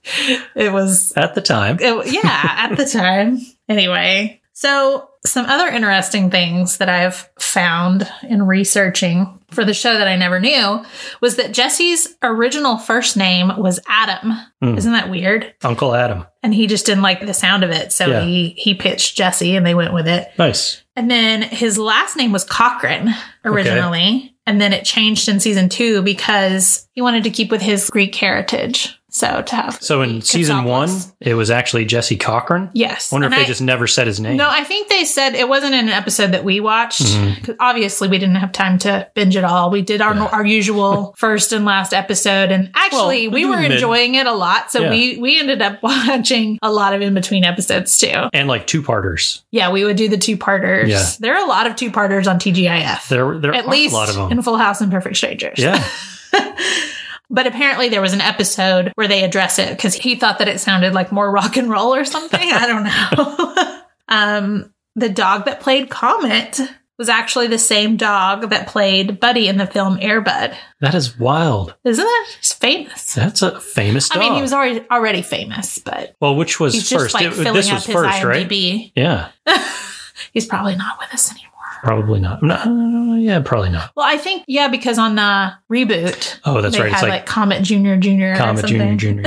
[SPEAKER 2] it was,
[SPEAKER 1] At the time.
[SPEAKER 2] it, yeah, at the time. Anyway, so some other interesting things that I've found in researching for the show that I never knew was that Jesse's original first name was Adam.
[SPEAKER 1] Hmm.
[SPEAKER 2] Isn't that weird?
[SPEAKER 1] Uncle Adam.
[SPEAKER 2] And he just didn't like the sound of it, so
[SPEAKER 1] Yeah.
[SPEAKER 2] he he pitched Jesse, and they went with it.
[SPEAKER 1] Nice.
[SPEAKER 2] And then his last name was Cochran originally. And then it changed in season two because he wanted to keep with his Greek heritage. So to have.
[SPEAKER 1] So in season one,
[SPEAKER 2] Christopoulos.
[SPEAKER 1] it was actually Jesse Cochran.
[SPEAKER 2] Yes.
[SPEAKER 1] Wonder
[SPEAKER 2] And
[SPEAKER 1] if they
[SPEAKER 2] I-
[SPEAKER 1] just never said his name.
[SPEAKER 2] No, I think they said it wasn't in an episode that we watched.
[SPEAKER 1] Mm-hmm.
[SPEAKER 2] 'cause Obviously, we didn't have time to binge it all. We did our, our usual first and last episode, and actually,
[SPEAKER 1] Well,
[SPEAKER 2] we were
[SPEAKER 1] mid-
[SPEAKER 2] enjoying it a lot. So
[SPEAKER 1] Yeah.
[SPEAKER 2] we we ended up watching a lot of in between episodes too.
[SPEAKER 1] and like two parters.
[SPEAKER 2] Yeah, we would do the two parters.
[SPEAKER 1] Yeah.
[SPEAKER 2] There are a lot of two parters on TGIF.
[SPEAKER 1] There, there
[SPEAKER 2] at
[SPEAKER 1] are
[SPEAKER 2] least
[SPEAKER 1] a lot of them.
[SPEAKER 2] in Full House and Perfect Strangers.
[SPEAKER 1] yeah,
[SPEAKER 2] But apparently there was an episode where they address it because he thought that it sounded like more rock and roll or something. I don't know. um, the dog that played Comet was actually the same dog that played Buddy in the film Airbud.
[SPEAKER 1] that is wild.
[SPEAKER 2] Isn't that just famous?
[SPEAKER 1] That's a famous dog.
[SPEAKER 2] I mean, he was already already famous, but
[SPEAKER 1] well, which was
[SPEAKER 2] he's
[SPEAKER 1] first?
[SPEAKER 2] just like
[SPEAKER 1] It-
[SPEAKER 2] filling
[SPEAKER 1] this
[SPEAKER 2] up
[SPEAKER 1] was
[SPEAKER 2] his
[SPEAKER 1] first, right?
[SPEAKER 2] IMDb.
[SPEAKER 1] Yeah,
[SPEAKER 2] He's probably not with us anymore.
[SPEAKER 1] probably not. No, yeah, probably not.
[SPEAKER 2] Well, I think yeah, because on the reboot,
[SPEAKER 1] Oh, that's
[SPEAKER 2] they
[SPEAKER 1] right.
[SPEAKER 2] had
[SPEAKER 1] It's
[SPEAKER 2] like,
[SPEAKER 1] like,
[SPEAKER 2] Comet Junior Junior,
[SPEAKER 1] Comet Junior Junior.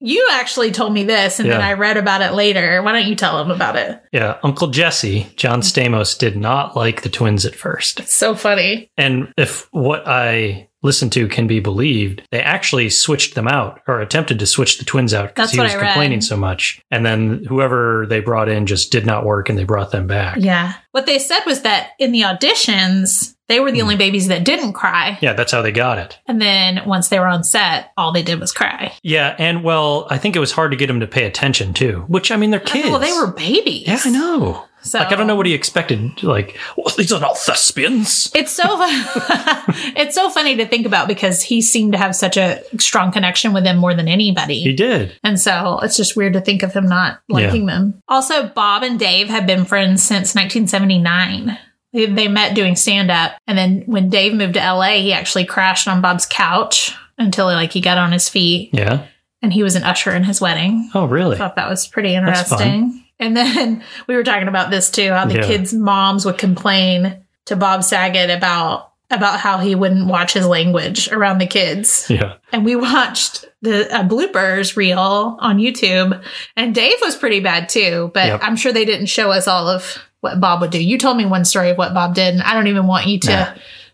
[SPEAKER 2] You actually told me this, and then
[SPEAKER 1] Yeah.
[SPEAKER 2] I read about it later. Why don't you tell them about it?
[SPEAKER 1] yeah, Uncle Jesse, John Stamos, did not like the twins at first.
[SPEAKER 2] It's so funny.
[SPEAKER 1] And if what I listened to can be believed, they actually switched them out or attempted to switch the twins out because
[SPEAKER 2] That's
[SPEAKER 1] he
[SPEAKER 2] what
[SPEAKER 1] was
[SPEAKER 2] I read.
[SPEAKER 1] complaining so much. And then whoever they brought in just did not work and they brought them back.
[SPEAKER 2] Yeah. What they said was that in the auditions, they
[SPEAKER 1] Hmm.
[SPEAKER 2] were the only babies that didn't cry.
[SPEAKER 1] Yeah, that's how they got it.
[SPEAKER 2] And then once they were on set, all they did was cry.
[SPEAKER 1] Yeah, and well, I think it was hard to get him to pay attention too, which I mean, they're
[SPEAKER 2] I
[SPEAKER 1] kids.
[SPEAKER 2] thought, well, they were babies.
[SPEAKER 1] Yeah, I know.
[SPEAKER 2] So-
[SPEAKER 1] Like, I don't know what he expected. Like, well, these are not thespians.
[SPEAKER 2] It's so fun- it's so funny to think about because he seemed to have such a strong connection with them more than anybody.
[SPEAKER 1] He did.
[SPEAKER 2] And so it's just weird to think of him not
[SPEAKER 1] Yeah.
[SPEAKER 2] liking them. Also, Bob and Dave have been friends since 1979, They- They met doing stand up. And then when Dave moved to LA, he actually crashed on Bob's couch until like he got on his feet
[SPEAKER 1] Yeah.
[SPEAKER 2] and he was an usher in his wedding.
[SPEAKER 1] Oh, really?
[SPEAKER 2] thought that was pretty
[SPEAKER 1] That's fun.
[SPEAKER 2] interesting. And then we were talking about this too, how the
[SPEAKER 1] Yeah.
[SPEAKER 2] kids' moms would complain to Bob Saget about about how he wouldn't watch his language around the kids.
[SPEAKER 1] Yeah.
[SPEAKER 2] And we watched the a bloopers reel on YouTube, and Dave was pretty bad too. But
[SPEAKER 1] Yep.
[SPEAKER 2] I'm sure they didn't show us all of what Bob would do. You told me one story of what Bob did, and I don't even want you to
[SPEAKER 1] Nah.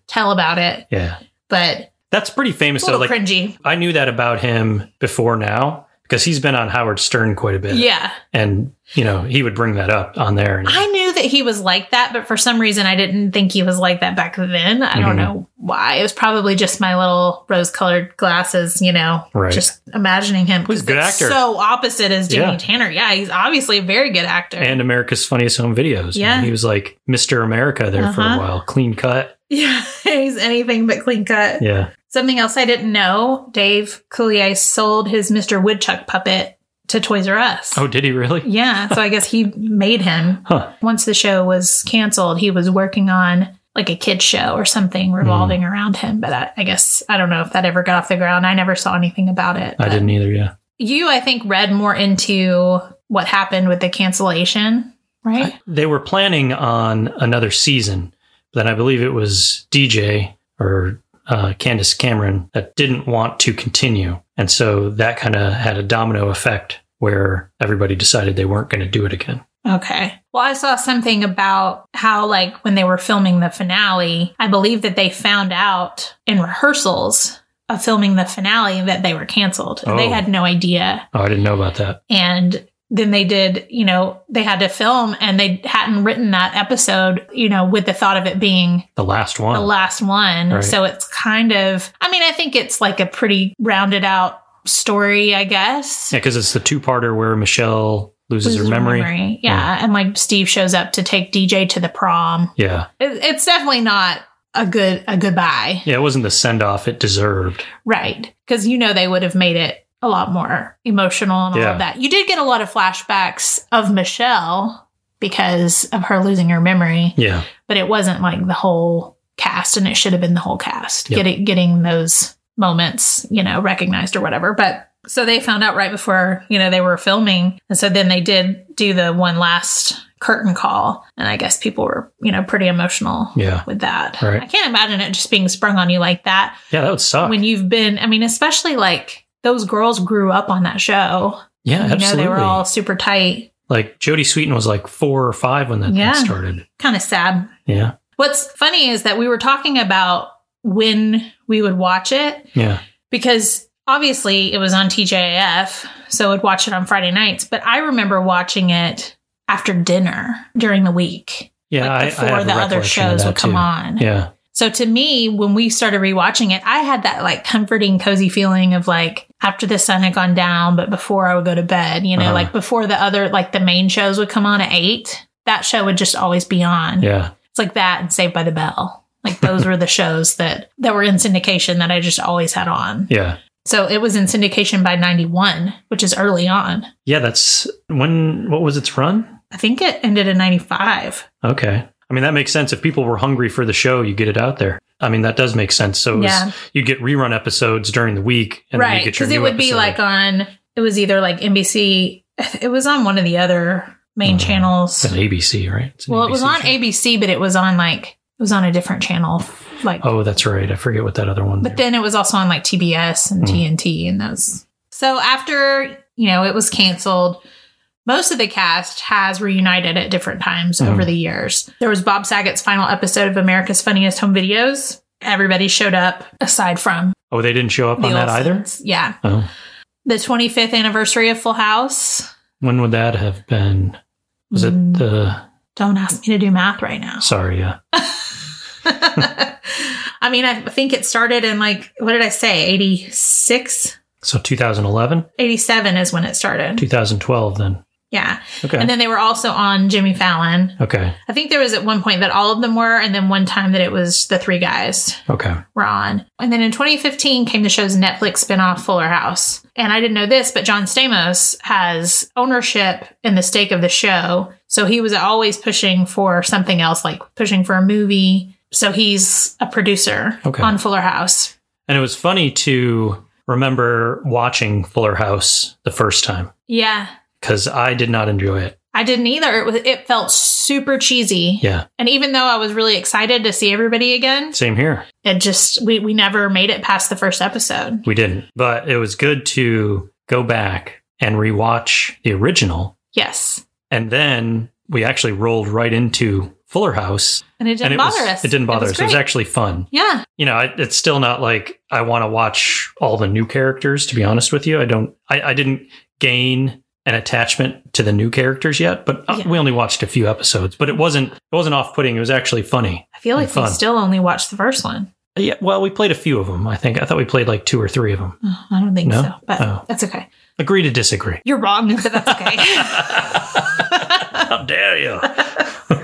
[SPEAKER 2] tell about it.
[SPEAKER 1] Yeah.
[SPEAKER 2] But
[SPEAKER 1] That's pretty famous.
[SPEAKER 2] it's a
[SPEAKER 1] So,
[SPEAKER 2] little
[SPEAKER 1] like,
[SPEAKER 2] cringy.
[SPEAKER 1] I knew that about him before now because he's been on Howard Stern quite a bit.
[SPEAKER 2] Yeah.
[SPEAKER 1] And, you know, he would bring that up on there. And
[SPEAKER 2] I knew that he was like that, but for some reason I didn't think he was like that back then. I
[SPEAKER 1] Mhm.
[SPEAKER 2] don't know why. It was probably just my little rose colored glasses, you know,
[SPEAKER 1] Right.
[SPEAKER 2] just imagining him.
[SPEAKER 1] He's a
[SPEAKER 2] 'cause
[SPEAKER 1] good
[SPEAKER 2] it's
[SPEAKER 1] actor.
[SPEAKER 2] So opposite as Jimmy
[SPEAKER 1] Yeah.
[SPEAKER 2] Tanner. Yeah, he's obviously a very good actor.
[SPEAKER 1] and America's Funniest Home Videos.
[SPEAKER 2] Yeah.
[SPEAKER 1] And he was like Mr. America there for a
[SPEAKER 2] Uh-huh.
[SPEAKER 1] while. Clean cut.
[SPEAKER 2] yeah, he's anything but clean cut.
[SPEAKER 1] Yeah.
[SPEAKER 2] Something else I didn't know Dave Coulier sold his Mr. Woodchuck puppet to Toys R Us.
[SPEAKER 1] Oh, did he really?
[SPEAKER 2] Yeah, so I guess he made him.
[SPEAKER 1] Huh.
[SPEAKER 2] Once the show was canceled, he was working on like a kid show or something revolving
[SPEAKER 1] Hmm.
[SPEAKER 2] around him. But I, I guess I don't know if that ever got off the ground. I never saw anything about it.
[SPEAKER 1] I
[SPEAKER 2] but
[SPEAKER 1] didn't either. Yeah.
[SPEAKER 2] You, I think, read more into what happened with the cancellation, right?
[SPEAKER 1] They were planning on another season. Then I believe it was DJ or uh, Candace Cameron that didn't want to continue. And so that kind of had a domino effect where everybody decided they weren't going to do it again.
[SPEAKER 2] Okay. Well, I saw something about how, like, when they were filming the finale, I believe that they found out in rehearsals of filming the finale that they were canceled. and They
[SPEAKER 1] Oh.
[SPEAKER 2] had no idea.
[SPEAKER 1] Oh, I didn't know about that.
[SPEAKER 2] and then they did you know they had to film and they hadn't written that episode you know with the thought of it being
[SPEAKER 1] The last one.
[SPEAKER 2] the last one
[SPEAKER 1] Right.
[SPEAKER 2] so it's kind of i mean i think it's like a pretty rounded out story i guess
[SPEAKER 1] yeah, because it's the two parter where Michelle loses,
[SPEAKER 2] Loses
[SPEAKER 1] her memory.
[SPEAKER 2] Yeah. and like steve shows up to take dj to the prom
[SPEAKER 1] Yeah.
[SPEAKER 2] it, it's definitely not a good a goodbye
[SPEAKER 1] Yeah, it wasn't the send off it deserved.
[SPEAKER 2] Right. Because you know they would have made it a lot more emotional and all
[SPEAKER 1] Yeah.
[SPEAKER 2] of that. You did get a lot of flashbacks of Michelle because of her losing her memory,
[SPEAKER 1] Yeah.
[SPEAKER 2] but it wasn't like the whole cast and it should have been the whole cast
[SPEAKER 1] Yep.
[SPEAKER 2] getting getting those moments, you know, recognized or whatever. But so they found out right before, you know, they were filming. And so then they did do the one last curtain call. And I guess people were, you know, pretty emotional
[SPEAKER 1] Yeah.
[SPEAKER 2] with that.
[SPEAKER 1] Right.
[SPEAKER 2] I can't imagine it just being sprung on you like that
[SPEAKER 1] Yeah, that would suck.
[SPEAKER 2] when you've been i mean especially like those girls grew up on that show
[SPEAKER 1] yeah,
[SPEAKER 2] you know
[SPEAKER 1] absolutely.
[SPEAKER 2] they were all super tight
[SPEAKER 1] like Jodie Sweetin was like four or five when that thing
[SPEAKER 2] Yeah.
[SPEAKER 1] started.
[SPEAKER 2] kind of sad
[SPEAKER 1] Yeah.
[SPEAKER 2] what's funny is that we were talking about when we would watch it
[SPEAKER 1] Yeah.
[SPEAKER 2] because obviously it was on tjf so i'd watch it on friday nights but i remember watching it after dinner during the week
[SPEAKER 1] Yeah.
[SPEAKER 2] like
[SPEAKER 1] I, I
[SPEAKER 2] before
[SPEAKER 1] have a
[SPEAKER 2] the other
[SPEAKER 1] recollection of
[SPEAKER 2] shows
[SPEAKER 1] that
[SPEAKER 2] would come
[SPEAKER 1] too.
[SPEAKER 2] on
[SPEAKER 1] Yeah.
[SPEAKER 2] So to me, when we started rewatching it, I had that like comforting, cozy feeling of like after the sun had gone down, but before I would go to bed, you know,
[SPEAKER 1] Uh-huh.
[SPEAKER 2] like before the other, like the main shows would come on at eight, that show would just always be on.
[SPEAKER 1] Yeah.
[SPEAKER 2] It's like that and Saved by the Bell. Like those were the shows that that were in syndication that I just always had on.
[SPEAKER 1] Yeah.
[SPEAKER 2] So it was in syndication by 91, which is early on.
[SPEAKER 1] Yeah. That's when, what was its run?
[SPEAKER 2] I think it ended in 95.
[SPEAKER 1] Okay. I mean, that makes sense. If people were hungry for the show, you get it out there. I mean, that does make sense. So it was,
[SPEAKER 2] Yeah.
[SPEAKER 1] you'd get rerun episodes during the week and then you
[SPEAKER 2] right.
[SPEAKER 1] get your
[SPEAKER 2] Because
[SPEAKER 1] new
[SPEAKER 2] it would be
[SPEAKER 1] episode.
[SPEAKER 2] like on, it was either like NBC, it was on one of the other main
[SPEAKER 1] Mm.
[SPEAKER 2] channels.
[SPEAKER 1] It's an ABC, right? It's an
[SPEAKER 2] Well, it was
[SPEAKER 1] ABC
[SPEAKER 2] on
[SPEAKER 1] show.
[SPEAKER 2] ABC, but it was on like it was on a different channel, like.
[SPEAKER 1] Oh, that's right. I forget what that other one.
[SPEAKER 2] But then it was also on like TBS and
[SPEAKER 1] Hmm.
[SPEAKER 2] TNT and those. So after you know it was canceled, most of the cast has reunited at different times
[SPEAKER 1] Mhm.
[SPEAKER 2] over the years. There was Bob Saget's final episode of America's Funniest Home Videos. Everybody showed up aside from
[SPEAKER 1] oh, they didn't show up
[SPEAKER 2] the
[SPEAKER 1] on that either.
[SPEAKER 2] Olsens. Yeah,
[SPEAKER 1] Oh,
[SPEAKER 2] the 25th anniversary of Full House.
[SPEAKER 1] when would that have been? Was
[SPEAKER 2] Mm,
[SPEAKER 1] it the?
[SPEAKER 2] Don't ask me to do math right now.
[SPEAKER 1] Sorry, yeah.
[SPEAKER 2] I mean, I think it started in like, what did I say? 86?
[SPEAKER 1] So 2011,
[SPEAKER 2] 87 is when it started.
[SPEAKER 1] 2012, then.
[SPEAKER 2] Yeah.
[SPEAKER 1] Okay.
[SPEAKER 2] And then they were also on Jimmy Fallon.
[SPEAKER 1] okay.
[SPEAKER 2] I think there was at one point that all of them were, and then one time that it was the three guys
[SPEAKER 1] Okay.
[SPEAKER 2] were on. And then in 2015 came the show's Netflix spinoff, Fuller House. And I didn't know this, but John Stamos has ownership in the stake of the show. So he was always pushing for something else, like pushing for a movie. So he's a producer
[SPEAKER 1] Okay.
[SPEAKER 2] on Fuller House.
[SPEAKER 1] And it was funny to remember watching Fuller House the first time
[SPEAKER 2] Yeah.
[SPEAKER 1] because I did not enjoy it.
[SPEAKER 2] I didn't either. It was it felt super cheesy.
[SPEAKER 1] Yeah.
[SPEAKER 2] And even though I was really excited to see everybody again,
[SPEAKER 1] Same here.
[SPEAKER 2] it just we, we never made it past the first episode.
[SPEAKER 1] We didn't. But it was good to go back and rewatch the original.
[SPEAKER 2] Yes.
[SPEAKER 1] And then we actually rolled right into Fuller House.
[SPEAKER 2] And it didn't
[SPEAKER 1] and it
[SPEAKER 2] bother
[SPEAKER 1] was,
[SPEAKER 2] us.
[SPEAKER 1] It didn't bother
[SPEAKER 2] was
[SPEAKER 1] us. It was
[SPEAKER 2] great.
[SPEAKER 1] actually fun.
[SPEAKER 2] yeah.
[SPEAKER 1] You know, I, it's still not like I want to watch all the new characters, to be honest with you. I don't, I, I didn't gain an attachment to the new characters yet, but uh
[SPEAKER 2] Yeah.
[SPEAKER 1] we only watched a few episodes, but it wasn't, it wasn't off putting. It was actually funny.
[SPEAKER 2] I feel
[SPEAKER 1] And
[SPEAKER 2] like we
[SPEAKER 1] fun.
[SPEAKER 2] still only watched the first one.
[SPEAKER 1] Yeah. Well, we played a few of them. I think, I thought we played like two or three of them.
[SPEAKER 2] Oh, I don't think
[SPEAKER 1] No?
[SPEAKER 2] so. But
[SPEAKER 1] Oh.
[SPEAKER 2] that's okay.
[SPEAKER 1] Agree to disagree.
[SPEAKER 2] You're wrong, but that's okay.
[SPEAKER 1] How dare you?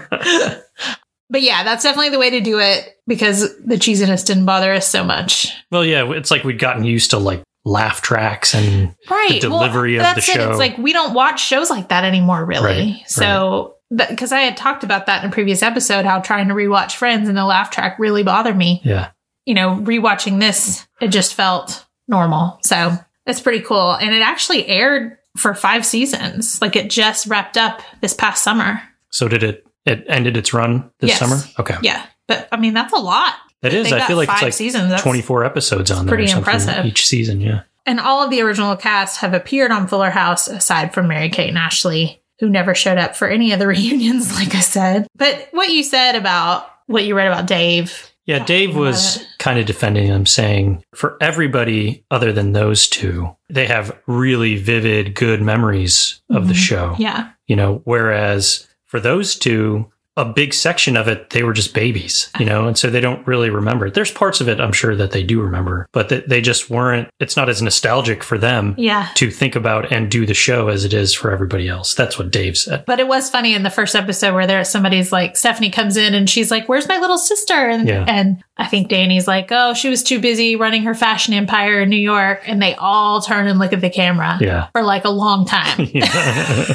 [SPEAKER 2] but yeah, that's definitely the way to do it because the cheesiness didn't bother us so much.
[SPEAKER 1] Well, yeah, it's like we'd gotten used to like laugh tracks and
[SPEAKER 2] Right.
[SPEAKER 1] The
[SPEAKER 2] Well,
[SPEAKER 1] delivery of
[SPEAKER 2] that's
[SPEAKER 1] the
[SPEAKER 2] It.
[SPEAKER 1] show.
[SPEAKER 2] It's like we don't watch shows like that anymore, really.
[SPEAKER 1] Right,
[SPEAKER 2] so because I had talked about that in a previous episode, how trying to rewatch Friends and the laugh track really bothered me.
[SPEAKER 1] yeah,
[SPEAKER 2] you know, rewatching this, it just felt normal. So that's pretty cool. And it actually aired for five seasons. Like it just wrapped up this past summer.
[SPEAKER 1] So did it? It ended its run this
[SPEAKER 2] Yes.
[SPEAKER 1] summer. Okay,
[SPEAKER 2] Yeah. But I mean, that's a lot.
[SPEAKER 1] that
[SPEAKER 2] They
[SPEAKER 1] is. I
[SPEAKER 2] got
[SPEAKER 1] feel like
[SPEAKER 2] five
[SPEAKER 1] it's like
[SPEAKER 2] seasons. That's-
[SPEAKER 1] twenty-four episodes on there.
[SPEAKER 2] pretty
[SPEAKER 1] or something
[SPEAKER 2] impressive.
[SPEAKER 1] Each season, yeah.
[SPEAKER 2] And all of the original cast have appeared on Fuller House aside from Mary Kate and Ashley, who never showed up for any of the reunions, like I said. But what you said about what you read about Dave,
[SPEAKER 1] Yeah, Dave
[SPEAKER 2] about
[SPEAKER 1] was
[SPEAKER 2] it.
[SPEAKER 1] kind of defending them, saying for everybody other than those two, they have really vivid, good memories of the
[SPEAKER 2] Mhm.
[SPEAKER 1] show.
[SPEAKER 2] yeah,
[SPEAKER 1] You know, whereas for those two, a big section of it, they were just babies, you know, and so they don't really remember. it. There's parts of it I'm sure that they do remember, but that they just weren't, it's not as nostalgic for them
[SPEAKER 2] yeah.
[SPEAKER 1] to think about and do the show as it is for everybody else. That's what Dave said.
[SPEAKER 2] But it was funny in the first episode where there somebody's like Stephanie comes in and she's like, "Where's my little sister?" And
[SPEAKER 1] Yeah.
[SPEAKER 2] and I think Danny's like, "Oh, she was too busy running her fashion empire in New York." And they all turn and look at the camera
[SPEAKER 1] Yeah.
[SPEAKER 2] for like a long time.
[SPEAKER 1] Yeah.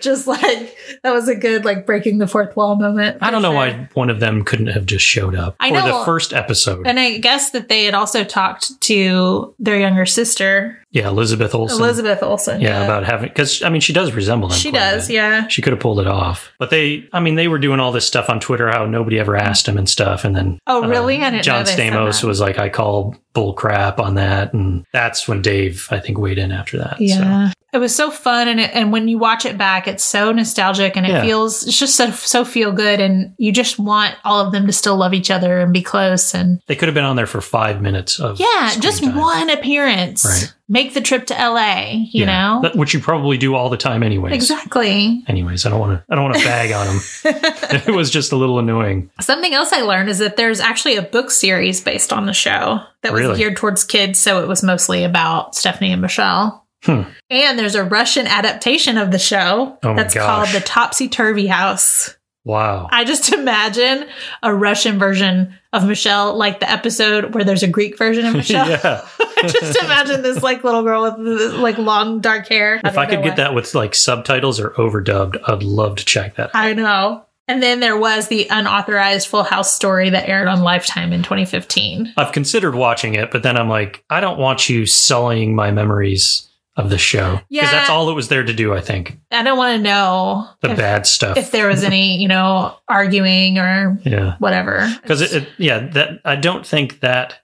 [SPEAKER 2] just like that was a good like breaking the fourth wall moment.
[SPEAKER 1] I don't know
[SPEAKER 2] for sure.
[SPEAKER 1] why one of them couldn't have just showed up
[SPEAKER 2] I
[SPEAKER 1] for
[SPEAKER 2] know.
[SPEAKER 1] the first episode.
[SPEAKER 2] And I guess that they had also talked to their younger sister
[SPEAKER 1] yeah, Elizabeth Olsen.
[SPEAKER 2] Elizabeth Olson.
[SPEAKER 1] Yeah, about having because I mean she does resemble them.
[SPEAKER 2] she
[SPEAKER 1] quite a
[SPEAKER 2] does.
[SPEAKER 1] bit.
[SPEAKER 2] Yeah,
[SPEAKER 1] She could have pulled it off, but they, I mean, they were doing all this stuff on Twitter, how nobody ever asked him and stuff. And then,
[SPEAKER 2] Oh, really? I didn't know
[SPEAKER 1] Uh, John
[SPEAKER 2] they said
[SPEAKER 1] Stamos
[SPEAKER 2] that.
[SPEAKER 1] was like, I call bull crap on that. And that's when Dave, I think, weighed in after that. So,
[SPEAKER 2] Yeah. It was so fun and it, and when you watch it back it's so nostalgic and it
[SPEAKER 1] Yeah.
[SPEAKER 2] feels it's just so so feel good and you just want all of them to still love each other and be close and
[SPEAKER 1] they could have been on there for five minutes of,
[SPEAKER 2] yeah,
[SPEAKER 1] screen
[SPEAKER 2] just
[SPEAKER 1] time.
[SPEAKER 2] one appearance.
[SPEAKER 1] Right.
[SPEAKER 2] Make the trip to LA,
[SPEAKER 1] Yeah.
[SPEAKER 2] you know?
[SPEAKER 1] That- which you probably do all the time, anyways.
[SPEAKER 2] Exactly.
[SPEAKER 1] Anyways, I don't want to, I don't want to bag on him. it was just a little annoying.
[SPEAKER 2] Something else I learned is that there's actually a book series based on the show that was
[SPEAKER 1] Really?
[SPEAKER 2] geared towards kids, so it was mostly about Stephanie and Michelle.
[SPEAKER 1] Hmm.
[SPEAKER 2] And there's a Russian adaptation of the show
[SPEAKER 1] Oh my
[SPEAKER 2] that's
[SPEAKER 1] gosh.
[SPEAKER 2] called The Topsy Turvy House.
[SPEAKER 1] Wow.
[SPEAKER 2] I just imagine a Russian version of Michelle, like the episode where there's a Greek version of Michelle.
[SPEAKER 1] yeah.
[SPEAKER 2] I just imagine this like little girl with this, like long dark hair.
[SPEAKER 1] If
[SPEAKER 2] don't
[SPEAKER 1] I could
[SPEAKER 2] know
[SPEAKER 1] get
[SPEAKER 2] why.
[SPEAKER 1] that with like subtitles or overdubbed, I'd love to check that.
[SPEAKER 2] I know. And then there was the unauthorized Full House story that aired on Lifetime in 2015.
[SPEAKER 1] I've considered watching it, but then I'm like, I don't want you sullying my memories of the show because
[SPEAKER 2] Yeah.
[SPEAKER 1] that's all it was there to do. I think
[SPEAKER 2] I don't want to know
[SPEAKER 1] the
[SPEAKER 2] if,
[SPEAKER 1] bad stuff.
[SPEAKER 2] if there was any, you know, arguing or
[SPEAKER 1] yeah,
[SPEAKER 2] whatever.
[SPEAKER 1] because it, it- yeah, that I don't think that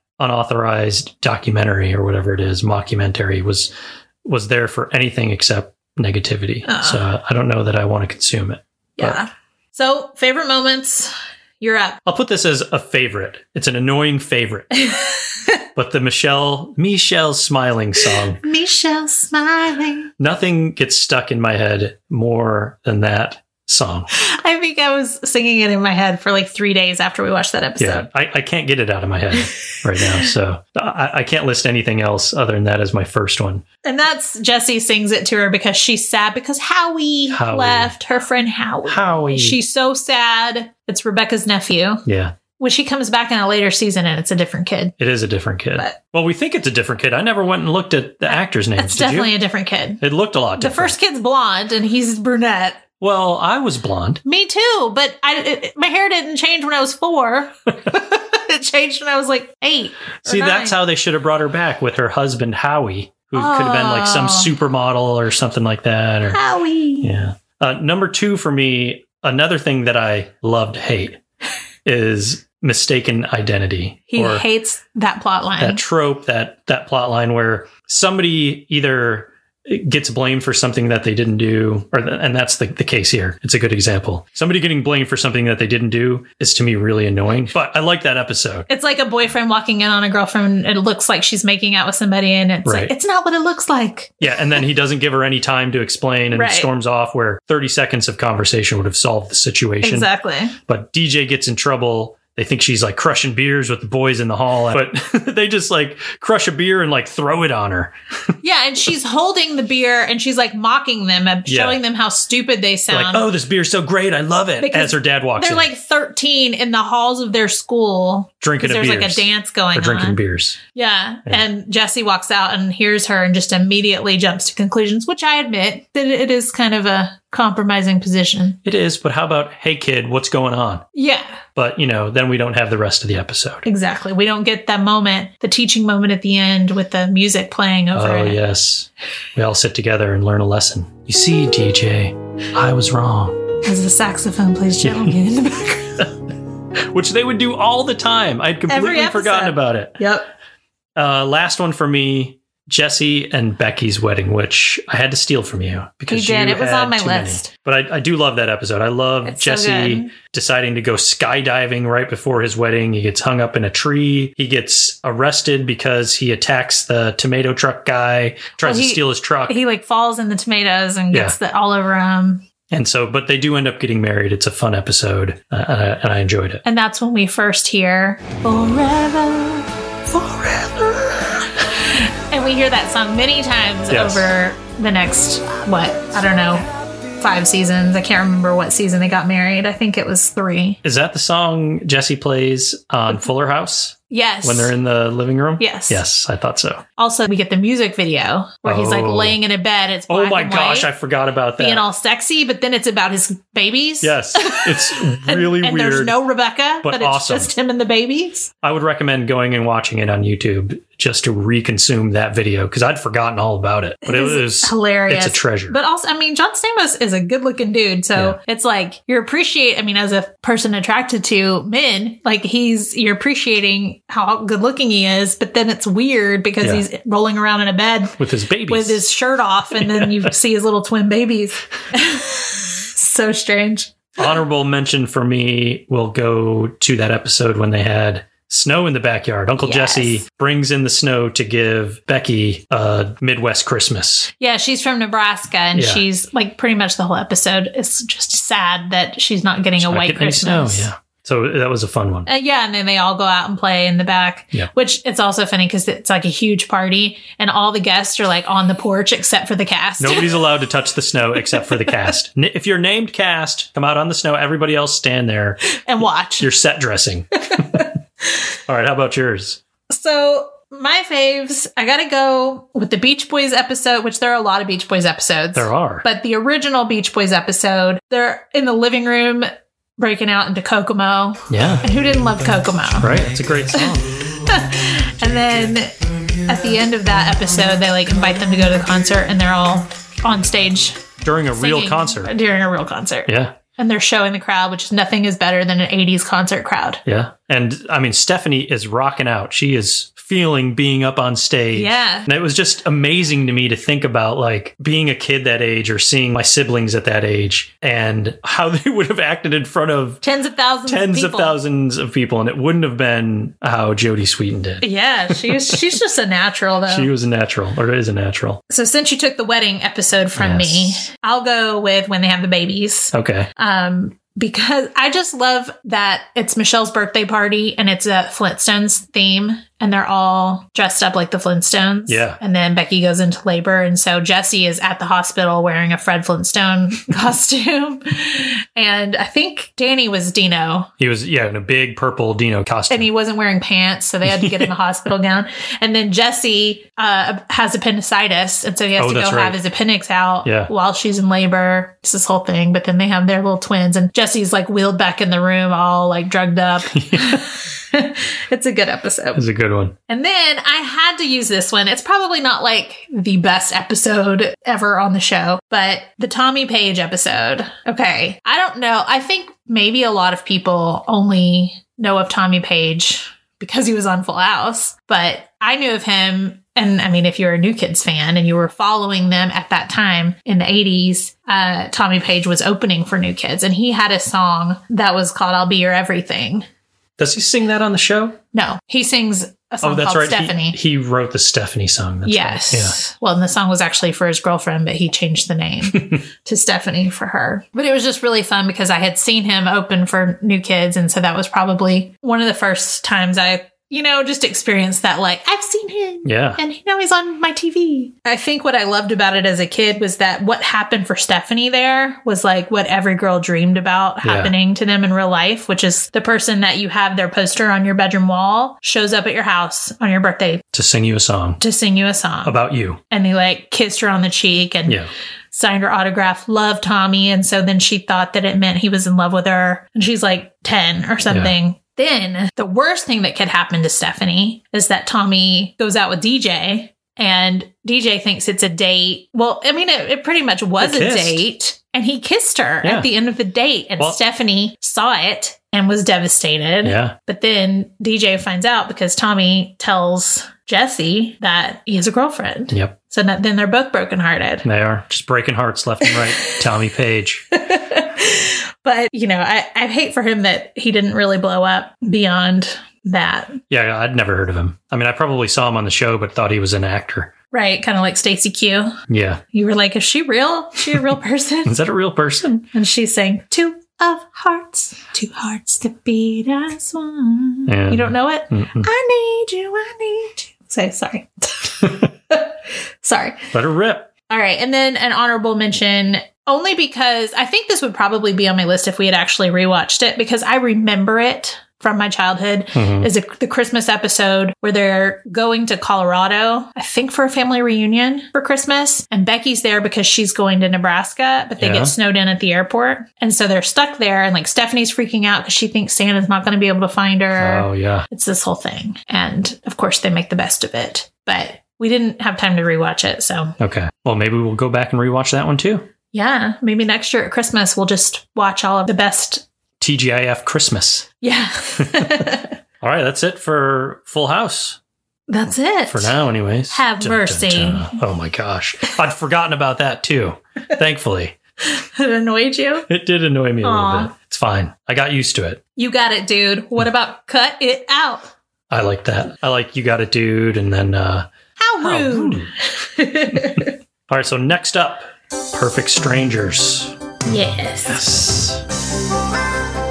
[SPEAKER 1] unauthorized documentary or whatever it is, mockumentary was was there for anything except negativity.
[SPEAKER 2] Uh.
[SPEAKER 1] so I don't know that I want to consume it.
[SPEAKER 2] yeah. So, favorite moments, you're up.
[SPEAKER 1] I'll put this as a favorite. It's an annoying favorite, but the Michelle Michelle smiling song
[SPEAKER 2] Michelle smiling.
[SPEAKER 1] nothing gets stuck in my head more than that song.
[SPEAKER 2] I think I was singing it in my head for like three days after we watched that
[SPEAKER 1] Yeah,
[SPEAKER 2] episode.
[SPEAKER 1] I, I can't get it out of my head right now. So I, I can't list anything else other than that as my first one.
[SPEAKER 2] And that's Jesse sings it to her because she's sad because Howie,
[SPEAKER 1] Howie.
[SPEAKER 2] left her friend Howie.
[SPEAKER 1] Howie.
[SPEAKER 2] She's so sad. It's Rebecca's nephew,
[SPEAKER 1] Yeah,
[SPEAKER 2] which he comes back in a later season and it's a different kid.
[SPEAKER 1] it is a different kid.
[SPEAKER 2] But-
[SPEAKER 1] well, we think it's a different kid. I never went and looked at the actor's names.
[SPEAKER 2] It's
[SPEAKER 1] did
[SPEAKER 2] definitely
[SPEAKER 1] you?
[SPEAKER 2] a different kid.
[SPEAKER 1] It looked a lot
[SPEAKER 2] The
[SPEAKER 1] different.
[SPEAKER 2] first kid's blonde and he's brunette.
[SPEAKER 1] Well, I was blonde.
[SPEAKER 2] Me too, but I it, my hair didn't change when I was four. it changed when I was like eight. or
[SPEAKER 1] See, that's
[SPEAKER 2] nine.
[SPEAKER 1] how they should have brought her back with her husband Howie, who could have been like some
[SPEAKER 2] Oh.
[SPEAKER 1] supermodel or something like that. Or
[SPEAKER 2] Howie.
[SPEAKER 1] yeah. Uh, number two for me, another thing that I loved hate is mistaken identity.
[SPEAKER 2] He
[SPEAKER 1] or-
[SPEAKER 2] hates that plot line.
[SPEAKER 1] that trope, that that plot line where somebody either gets blamed for something that they didn't do, or and that's the, the case here. It's a good example. Somebody getting blamed for something that they didn't do is to me really annoying. But I like that episode.
[SPEAKER 2] it's like a boyfriend walking in on a girlfriend. and It looks like she's making out with somebody, and it's
[SPEAKER 1] Right.
[SPEAKER 2] like it's not what it looks like.
[SPEAKER 1] Yeah, and then he doesn't give her any time to explain and
[SPEAKER 2] Right.
[SPEAKER 1] storms off where 30 seconds of conversation would have solved the situation.
[SPEAKER 2] Exactly.
[SPEAKER 1] But DJ gets in trouble. They think she's like crushing beers with the boys in the hall, but they just like crush a beer and like throw it on her.
[SPEAKER 2] Yeah, and she's holding the beer, and she's like mocking them, and
[SPEAKER 1] Yeah.
[SPEAKER 2] showing them how stupid they
[SPEAKER 1] Like,
[SPEAKER 2] sound.
[SPEAKER 1] oh, this beer's so great. I love it.
[SPEAKER 2] Um, Because
[SPEAKER 1] As her dad walks
[SPEAKER 2] They're
[SPEAKER 1] in.
[SPEAKER 2] like thirteen in the halls of their school.
[SPEAKER 1] drinking
[SPEAKER 2] Because
[SPEAKER 1] a
[SPEAKER 2] there's
[SPEAKER 1] beers.
[SPEAKER 2] like a dance going
[SPEAKER 1] or drinking
[SPEAKER 2] on.
[SPEAKER 1] beers.
[SPEAKER 2] Yeah. And Jesse walks out and hears her and just immediately jumps to conclusions, which I admit that it is kind of a compromising position.
[SPEAKER 1] It is, but how about hey kid, what's going on?
[SPEAKER 2] Yeah,
[SPEAKER 1] But you know, then we don't have the rest of the episode.
[SPEAKER 2] exactly. We don't get that moment, the teaching moment at the end with the music playing over
[SPEAKER 1] Oh
[SPEAKER 2] it.
[SPEAKER 1] yes, we all sit together and learn a lesson. You see, DJ, I was wrong.
[SPEAKER 2] As the saxophone plays gently in the background.
[SPEAKER 1] Which they would do all the time. I'd
[SPEAKER 2] Every
[SPEAKER 1] completely
[SPEAKER 2] episode.
[SPEAKER 1] forgotten about it.
[SPEAKER 2] Yep.
[SPEAKER 1] Uh, last one for me. Jesse and Becky's wedding, which I had to steal from you because
[SPEAKER 2] You did.
[SPEAKER 1] you
[SPEAKER 2] It was
[SPEAKER 1] had
[SPEAKER 2] on my
[SPEAKER 1] too many.
[SPEAKER 2] list.
[SPEAKER 1] But I, I do love that episode. I love
[SPEAKER 2] It's so
[SPEAKER 1] Jesse
[SPEAKER 2] good.
[SPEAKER 1] deciding to go skydiving right before his wedding. He gets hung up in a tree. He gets arrested because he attacks the tomato truck guy, tries
[SPEAKER 2] Well, he-
[SPEAKER 1] to steal his truck.
[SPEAKER 2] He like falls in the tomatoes and
[SPEAKER 1] Yeah.
[SPEAKER 2] gets the all over him.
[SPEAKER 1] and so, but they do end up getting married. It's a fun episode, uh, and, I, and I enjoyed it.
[SPEAKER 2] And that's when we first hear Forever. Forever. and we hear that song many times
[SPEAKER 1] Yes.
[SPEAKER 2] over the next, what, I don't know, five seasons. I can't remember what season they got married. I think it was three.
[SPEAKER 1] Is that the song Jesse plays on Fuller House
[SPEAKER 2] Yes.
[SPEAKER 1] when they're in the living room?
[SPEAKER 2] Yes.
[SPEAKER 1] Yes, I thought so.
[SPEAKER 2] also, we get the music video where he's like
[SPEAKER 1] Oh.
[SPEAKER 2] laying in a bed. It's black
[SPEAKER 1] oh my
[SPEAKER 2] and
[SPEAKER 1] gosh, I
[SPEAKER 2] white,
[SPEAKER 1] forgot about that.
[SPEAKER 2] being all sexy, but then it's about his babies.
[SPEAKER 1] yes, it's
[SPEAKER 2] And-
[SPEAKER 1] really
[SPEAKER 2] and,
[SPEAKER 1] weird.
[SPEAKER 2] there's no Rebecca,
[SPEAKER 1] but
[SPEAKER 2] but, it's
[SPEAKER 1] awesome.
[SPEAKER 2] just him and the babies.
[SPEAKER 1] I would recommend going and watching it on YouTube just to reconsume that video because I'd forgotten all about it. But it,
[SPEAKER 2] It is
[SPEAKER 1] was
[SPEAKER 2] hilarious.
[SPEAKER 1] It's a treasure.
[SPEAKER 2] But also, I mean, John Stamos is a good looking dude. So it's like you're appreciate. I mean, as a person attracted to men, like he's, you're appreciating how good looking he is. But then it's weird because
[SPEAKER 1] Yeah.
[SPEAKER 2] he's rolling around in a bed
[SPEAKER 1] with his babies.
[SPEAKER 2] with his shirt off and then you see his little twin babies. so strange.
[SPEAKER 1] honorable mention for me will go to that episode when they had snow in the backyard. Uncle
[SPEAKER 2] Yes.
[SPEAKER 1] Jesse brings in the snow to give Becky a Midwest Christmas.
[SPEAKER 2] Yeah, she's from Nebraska and
[SPEAKER 1] Yeah.
[SPEAKER 2] she's like pretty much the whole episode. It's just sad that she's not getting a
[SPEAKER 1] Not
[SPEAKER 2] white
[SPEAKER 1] getting any
[SPEAKER 2] Christmas.
[SPEAKER 1] yeah. So that was a fun one.
[SPEAKER 2] Uh, yeah, and then they all go out and play in the back,
[SPEAKER 1] Yeah.
[SPEAKER 2] which it's also funny because it's like a huge party and all the guests are like on the porch except for the cast.
[SPEAKER 1] Nobody's allowed to touch the snow except for the cast. N- If you're named cast, come out on the snow. Everybody else stand there.
[SPEAKER 2] and watch.
[SPEAKER 1] You're set dressing. All right, how about yours?
[SPEAKER 2] So my faves, I gotta go with the Beach Boys episode, which there are a lot of Beach Boys episodes.
[SPEAKER 1] There are.
[SPEAKER 2] But the original Beach Boys episode, they're in the living room breaking out into Kokomo.
[SPEAKER 1] yeah.
[SPEAKER 2] And who didn't love Kokomo?
[SPEAKER 1] Right. It's a great song.
[SPEAKER 2] And then at the end of that episode, they like invite them to go to the concert and they're all on stage.
[SPEAKER 1] During a real
[SPEAKER 2] singing
[SPEAKER 1] concert.
[SPEAKER 2] During a real concert.
[SPEAKER 1] Yeah.
[SPEAKER 2] And they're showing the crowd, which is nothing is better than an 80s concert crowd.
[SPEAKER 1] Yeah. And I mean, Stephanie is rocking out. She is feeling being up on stage.
[SPEAKER 2] Yeah.
[SPEAKER 1] And it was just amazing to me to think about like being a kid that age or seeing my siblings at that age and how they would have acted in front of
[SPEAKER 2] Tens of thousands.
[SPEAKER 1] tens
[SPEAKER 2] of,
[SPEAKER 1] of
[SPEAKER 2] people.
[SPEAKER 1] thousands of people. And it wouldn't have been how Jodie Sweetin did.
[SPEAKER 2] Yeah, she's she's just a natural though.
[SPEAKER 1] She was a natural or is a natural.
[SPEAKER 2] so since you took the wedding episode from
[SPEAKER 1] Yes.
[SPEAKER 2] me, I'll go with when they have the babies.
[SPEAKER 1] Okay.
[SPEAKER 2] Um because I just love that it's Michelle's birthday party and it's a Flintstones theme and they're all dressed up like the Flintstones.
[SPEAKER 1] Yeah.
[SPEAKER 2] And then Becky goes into labor and so Jesse is at the hospital wearing a Fred Flintstone costume. And I think Danny was Dino.
[SPEAKER 1] He was, yeah, in a big purple Dino costume.
[SPEAKER 2] and he wasn't wearing pants, so they had to get him a hospital gown. And then Jesse uh, has appendicitis, and so he has
[SPEAKER 1] Oh,
[SPEAKER 2] to go
[SPEAKER 1] that's right.
[SPEAKER 2] have his appendix out
[SPEAKER 1] Yeah.
[SPEAKER 2] while she's in labor. It's this whole thing. But then they have their little twins, and Jesse's like wheeled back in the room, all like drugged up. it's a good
[SPEAKER 1] It was
[SPEAKER 2] episode.
[SPEAKER 1] a good one.
[SPEAKER 2] And then I had to use this one. It's probably not like the best episode ever on the show, but the Tommy Page episode. Okay. I don't know. I think maybe a lot of people only know of Tommy Page because he was on Full House, but I knew of him. And I mean, if you're a New Kids fan and you were following them at that time in the 80s, uh, Tommy Page was opening for New Kids and he had a song that was called I'll Be Your Everything.
[SPEAKER 1] Does he sing that on the show?
[SPEAKER 2] No, he sings a song
[SPEAKER 1] oh, that's
[SPEAKER 2] called
[SPEAKER 1] right. He-
[SPEAKER 2] Stephanie.
[SPEAKER 1] He, wrote the Stephanie song. That's
[SPEAKER 2] yes.
[SPEAKER 1] Right. Yeah.
[SPEAKER 2] Well, and the song was actually for his girlfriend, but he changed the name to Stephanie for her. But it was just really fun because I had seen him open for New Kids. And so that was probably one of the first times I, you know, just experienced that, like, I've seen him.
[SPEAKER 1] Yeah.
[SPEAKER 2] And now he's on my TV. I think what I loved about it as a kid was that what happened for Stephanie there was like what every girl dreamed about
[SPEAKER 1] Yeah.
[SPEAKER 2] happening to them in real life, which is the person that you have their poster on your bedroom wall shows up at your house on your birthday
[SPEAKER 1] To sing you a song
[SPEAKER 2] to sing you a song.
[SPEAKER 1] about you.
[SPEAKER 2] and they like kissed her on the cheek and
[SPEAKER 1] Yeah.
[SPEAKER 2] signed her autograph, love Tommy. And so then she thought that it meant he was in love with her. And she's like 10 or something. Then the worst thing that could happen to Stephanie is that Tommy goes out with DJ and DJ thinks it's a date. Well, I mean, it, it pretty much was a
[SPEAKER 1] They kissed.
[SPEAKER 2] date. And he kissed her
[SPEAKER 1] Yeah.
[SPEAKER 2] at the end of the date. And
[SPEAKER 1] Well-
[SPEAKER 2] Stephanie saw it and was devastated.
[SPEAKER 1] Yeah.
[SPEAKER 2] But then DJ finds out because Tommy tells Jesse that he has a girlfriend.
[SPEAKER 1] Yep.
[SPEAKER 2] So that, then they're both brokenhearted.
[SPEAKER 1] They are just breaking hearts left and right. Tommy Page.
[SPEAKER 2] but you know, I, I hate for him that he didn't really blow up beyond that.
[SPEAKER 1] Yeah, I'd never heard of him. I mean, I probably saw him on the show, but thought he was an actor.
[SPEAKER 2] Right, kind of like Stacy Q.
[SPEAKER 1] Yeah.
[SPEAKER 2] You were like, is she real? Is she a real person?
[SPEAKER 1] Is that a real person?
[SPEAKER 2] and she sang Two of Hearts, Two Hearts that Beat as One.
[SPEAKER 1] Yeah.
[SPEAKER 2] You don't know it?
[SPEAKER 1] Mm-mm.
[SPEAKER 2] I need you, I need you. Say sorry. sorry.
[SPEAKER 1] Let her rip.
[SPEAKER 2] All right. And then an honorable mention, only because I think this would probably be on my list if we had actually rewatched it, because I remember it from my childhood
[SPEAKER 1] Mhm.
[SPEAKER 2] is a, the Christmas episode where they're going to Colorado, I think for a family reunion for Christmas. And Becky's there because she's going to Nebraska, but they
[SPEAKER 1] Yeah.
[SPEAKER 2] get snowed in at the airport. And so they're stuck there. And like Stephanie's freaking out because she thinks Santa's not going to be able to find her.
[SPEAKER 1] Oh yeah.
[SPEAKER 2] It's this whole thing. And of course, they make the best of it. But we didn't have time to rewatch it. So
[SPEAKER 1] Okay. Well, maybe we'll go back and rewatch that one too.
[SPEAKER 2] yeah, maybe next year at Christmas we'll just watch all of the best.
[SPEAKER 1] TGIF Christmas.
[SPEAKER 2] Yeah.
[SPEAKER 1] All right, that's it for Full House
[SPEAKER 2] That's it.
[SPEAKER 1] for now, anyways.
[SPEAKER 2] Have mercy.
[SPEAKER 1] Oh my gosh, I'd forgotten about that too. Thankfully,
[SPEAKER 2] It annoyed you.
[SPEAKER 1] it did annoy me a
[SPEAKER 2] Aw.
[SPEAKER 1] little bit. It's fine. I got used to it.
[SPEAKER 2] You got it, dude. What about cut it out?
[SPEAKER 1] I like that. I like you got it, dude. And then, uh,
[SPEAKER 2] How
[SPEAKER 1] oh,
[SPEAKER 2] rude.
[SPEAKER 1] ooh. all right. So next up, Perfect Strangers.
[SPEAKER 2] Yes.
[SPEAKER 1] Yes.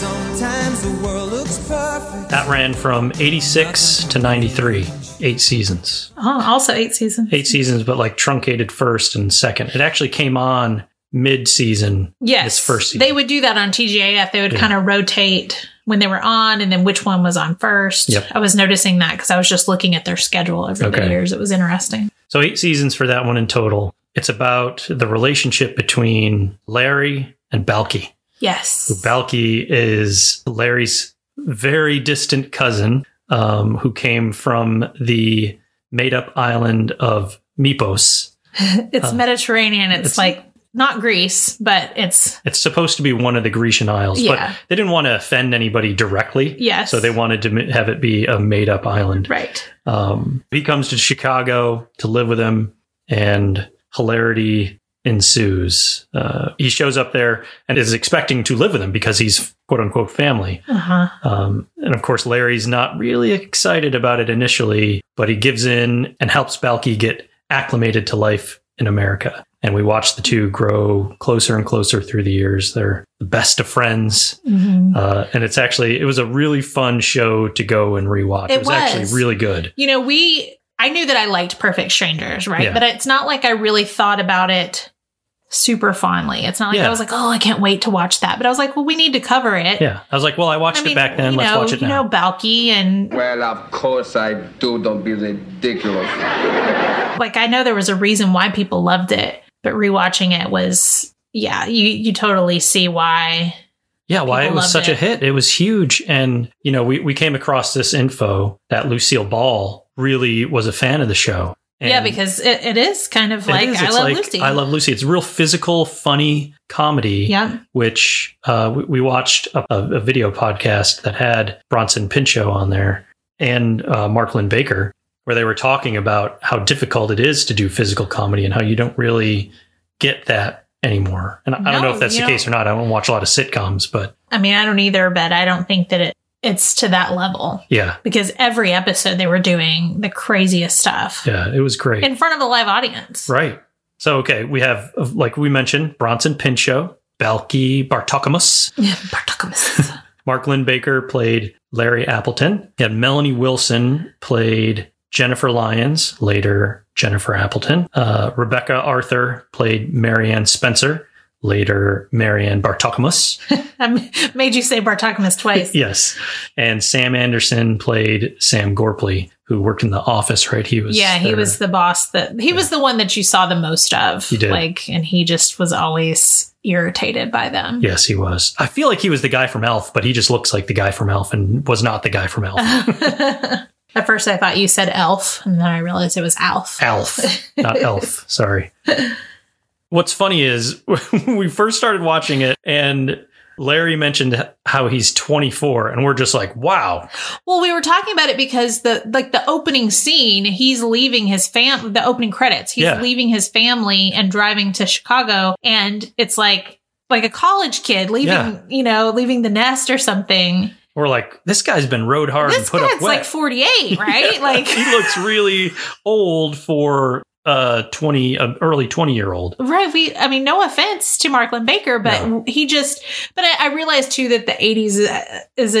[SPEAKER 3] Sometimes the world looks perfect.
[SPEAKER 1] That ran from '86 to '93, eight seasons.
[SPEAKER 2] Oh, also eight seasons.
[SPEAKER 1] Eight seasons, but like truncated first and second. It actually came on mid-season.
[SPEAKER 2] Yes.
[SPEAKER 1] This first season.
[SPEAKER 2] They would do that on TGAF. They would kind of rotate when they were on and then which one was on first.
[SPEAKER 1] Yep.
[SPEAKER 2] I was noticing that because I was just looking at their schedule over
[SPEAKER 1] Okay.
[SPEAKER 2] the years. It was interesting.
[SPEAKER 1] So eight seasons for that one in total. It's about the relationship between Larry and Balky.
[SPEAKER 2] Yes.
[SPEAKER 1] Balky is Larry's very distant cousin um, who came from the made up island of Mipos.
[SPEAKER 2] It's Mediterranean. It's,
[SPEAKER 1] uh, it's-
[SPEAKER 2] like not Greece, but it's
[SPEAKER 1] It's supposed to be one of the Grecian Isles,
[SPEAKER 2] Yeah.
[SPEAKER 1] but they didn't want to offend anybody directly.
[SPEAKER 2] Yes.
[SPEAKER 1] So they wanted to m- have it be a made up island.
[SPEAKER 2] right.
[SPEAKER 1] Um, he comes to Chicago to live with him, and hilarity ensues. Uh, he shows up there and is expecting to live with him because he's quote unquote family.
[SPEAKER 2] Uh huh.
[SPEAKER 1] Um, and of course, Larry's not really excited about it initially, but he gives in and helps Balky get acclimated to life in America. And we watch the two grow closer and closer through the years. They're the best of friends. Uh, and it's actually, it was a really fun show to go and rewatch.
[SPEAKER 2] It
[SPEAKER 1] was actually
[SPEAKER 2] was.
[SPEAKER 1] really good.
[SPEAKER 2] You know, we I knew that I liked Perfect Strangers, right?
[SPEAKER 1] Yeah.
[SPEAKER 2] But it's not like I really thought about it super fondly. It's not like
[SPEAKER 1] Yeah.
[SPEAKER 2] I was like, oh, I can't wait to watch that. But I was like, well, we need to cover it.
[SPEAKER 1] Yeah. I was like, well, I watched
[SPEAKER 2] I mean,
[SPEAKER 1] it back then.
[SPEAKER 2] you
[SPEAKER 1] Let's
[SPEAKER 2] know,
[SPEAKER 1] watch it
[SPEAKER 2] you
[SPEAKER 1] now.
[SPEAKER 2] know, Balky and
[SPEAKER 5] Well, of course I do. Don't be ridiculous.
[SPEAKER 2] like I know there was a reason why people loved it, but rewatching it was yeah, you you totally see why.
[SPEAKER 1] yeah. Why it
[SPEAKER 2] people
[SPEAKER 1] was
[SPEAKER 2] loved
[SPEAKER 1] such a
[SPEAKER 2] it.
[SPEAKER 1] hit. It was huge. And, you know, we, we came across this info that Lucille Ball really was a fan of the show. And
[SPEAKER 2] yeah, because it, it is kind of
[SPEAKER 1] It
[SPEAKER 2] like
[SPEAKER 1] is.
[SPEAKER 2] I
[SPEAKER 1] It's
[SPEAKER 2] love
[SPEAKER 1] like
[SPEAKER 2] Lucy.
[SPEAKER 1] I love Lucy. It's real physical, funny comedy.
[SPEAKER 2] yeah.
[SPEAKER 1] Which uh, we, we watched a, a a video podcast that had Bronson Pinchot on there and uh, Marklin Baker, where they were talking about how difficult it is to do physical comedy and how you don't really get that anymore. And I I don't
[SPEAKER 2] No,
[SPEAKER 1] know if that's the
[SPEAKER 2] you
[SPEAKER 1] case or not. I don't watch a lot of sitcoms, but
[SPEAKER 2] I mean, I don't either, but I don't think that it it's to that level
[SPEAKER 1] yeah,
[SPEAKER 2] because every episode they were doing the craziest stuff
[SPEAKER 1] yeah, it was great.
[SPEAKER 2] in front of a live audience.
[SPEAKER 1] Right. So okay, we have uh, like we mentioned Bronson Pinchot, Balky Bartokomus,
[SPEAKER 2] Yeah, Bartokmus.
[SPEAKER 1] Mark Lynn Baker played Larry Appleton. You had Melanie Wilson played Jennifer Lyons, later Jennifer Appleton. Uh, Rebecca Arthur played Marianne Spencer, later Marianne Bartokomus.
[SPEAKER 2] I made you say Bartokmus twice.
[SPEAKER 1] yes. And Sam Anderson played Sam Gorpley, who worked in the office, right? He was
[SPEAKER 2] yeah, he
[SPEAKER 1] their-
[SPEAKER 2] was the boss that he was the one that you saw the most of.
[SPEAKER 1] He did.
[SPEAKER 2] Like, and he just was always irritated by them.
[SPEAKER 1] Yes, he was. I feel like he was the guy from Elf, but he just looks like the guy from Elf and was not the guy from Elf.
[SPEAKER 2] At first, I thought you said elf, and then I realized it was Alf.
[SPEAKER 1] Alf, not Elf. Sorry. What's funny is we first started watching it, and Larry mentioned how he's 24, and we're just like, wow.
[SPEAKER 2] Well, we were talking about it because the like the opening scene, he's leaving his fam the opening credits. He's
[SPEAKER 1] Yeah.
[SPEAKER 2] leaving his family and driving to Chicago and it's like like a college kid leaving,
[SPEAKER 1] Yeah.
[SPEAKER 2] you know, leaving the nest or something.
[SPEAKER 1] We're like, this guy's been rode hard and
[SPEAKER 2] This
[SPEAKER 1] put up
[SPEAKER 2] kid's
[SPEAKER 1] wet.
[SPEAKER 2] like 48, right? Like
[SPEAKER 1] he looks really old for a 20, a early 20 year old.
[SPEAKER 2] Right. We, I mean, no offense to Marklin Baker, but
[SPEAKER 1] No.
[SPEAKER 2] he just, but I, I realized too that the 80s uh, is a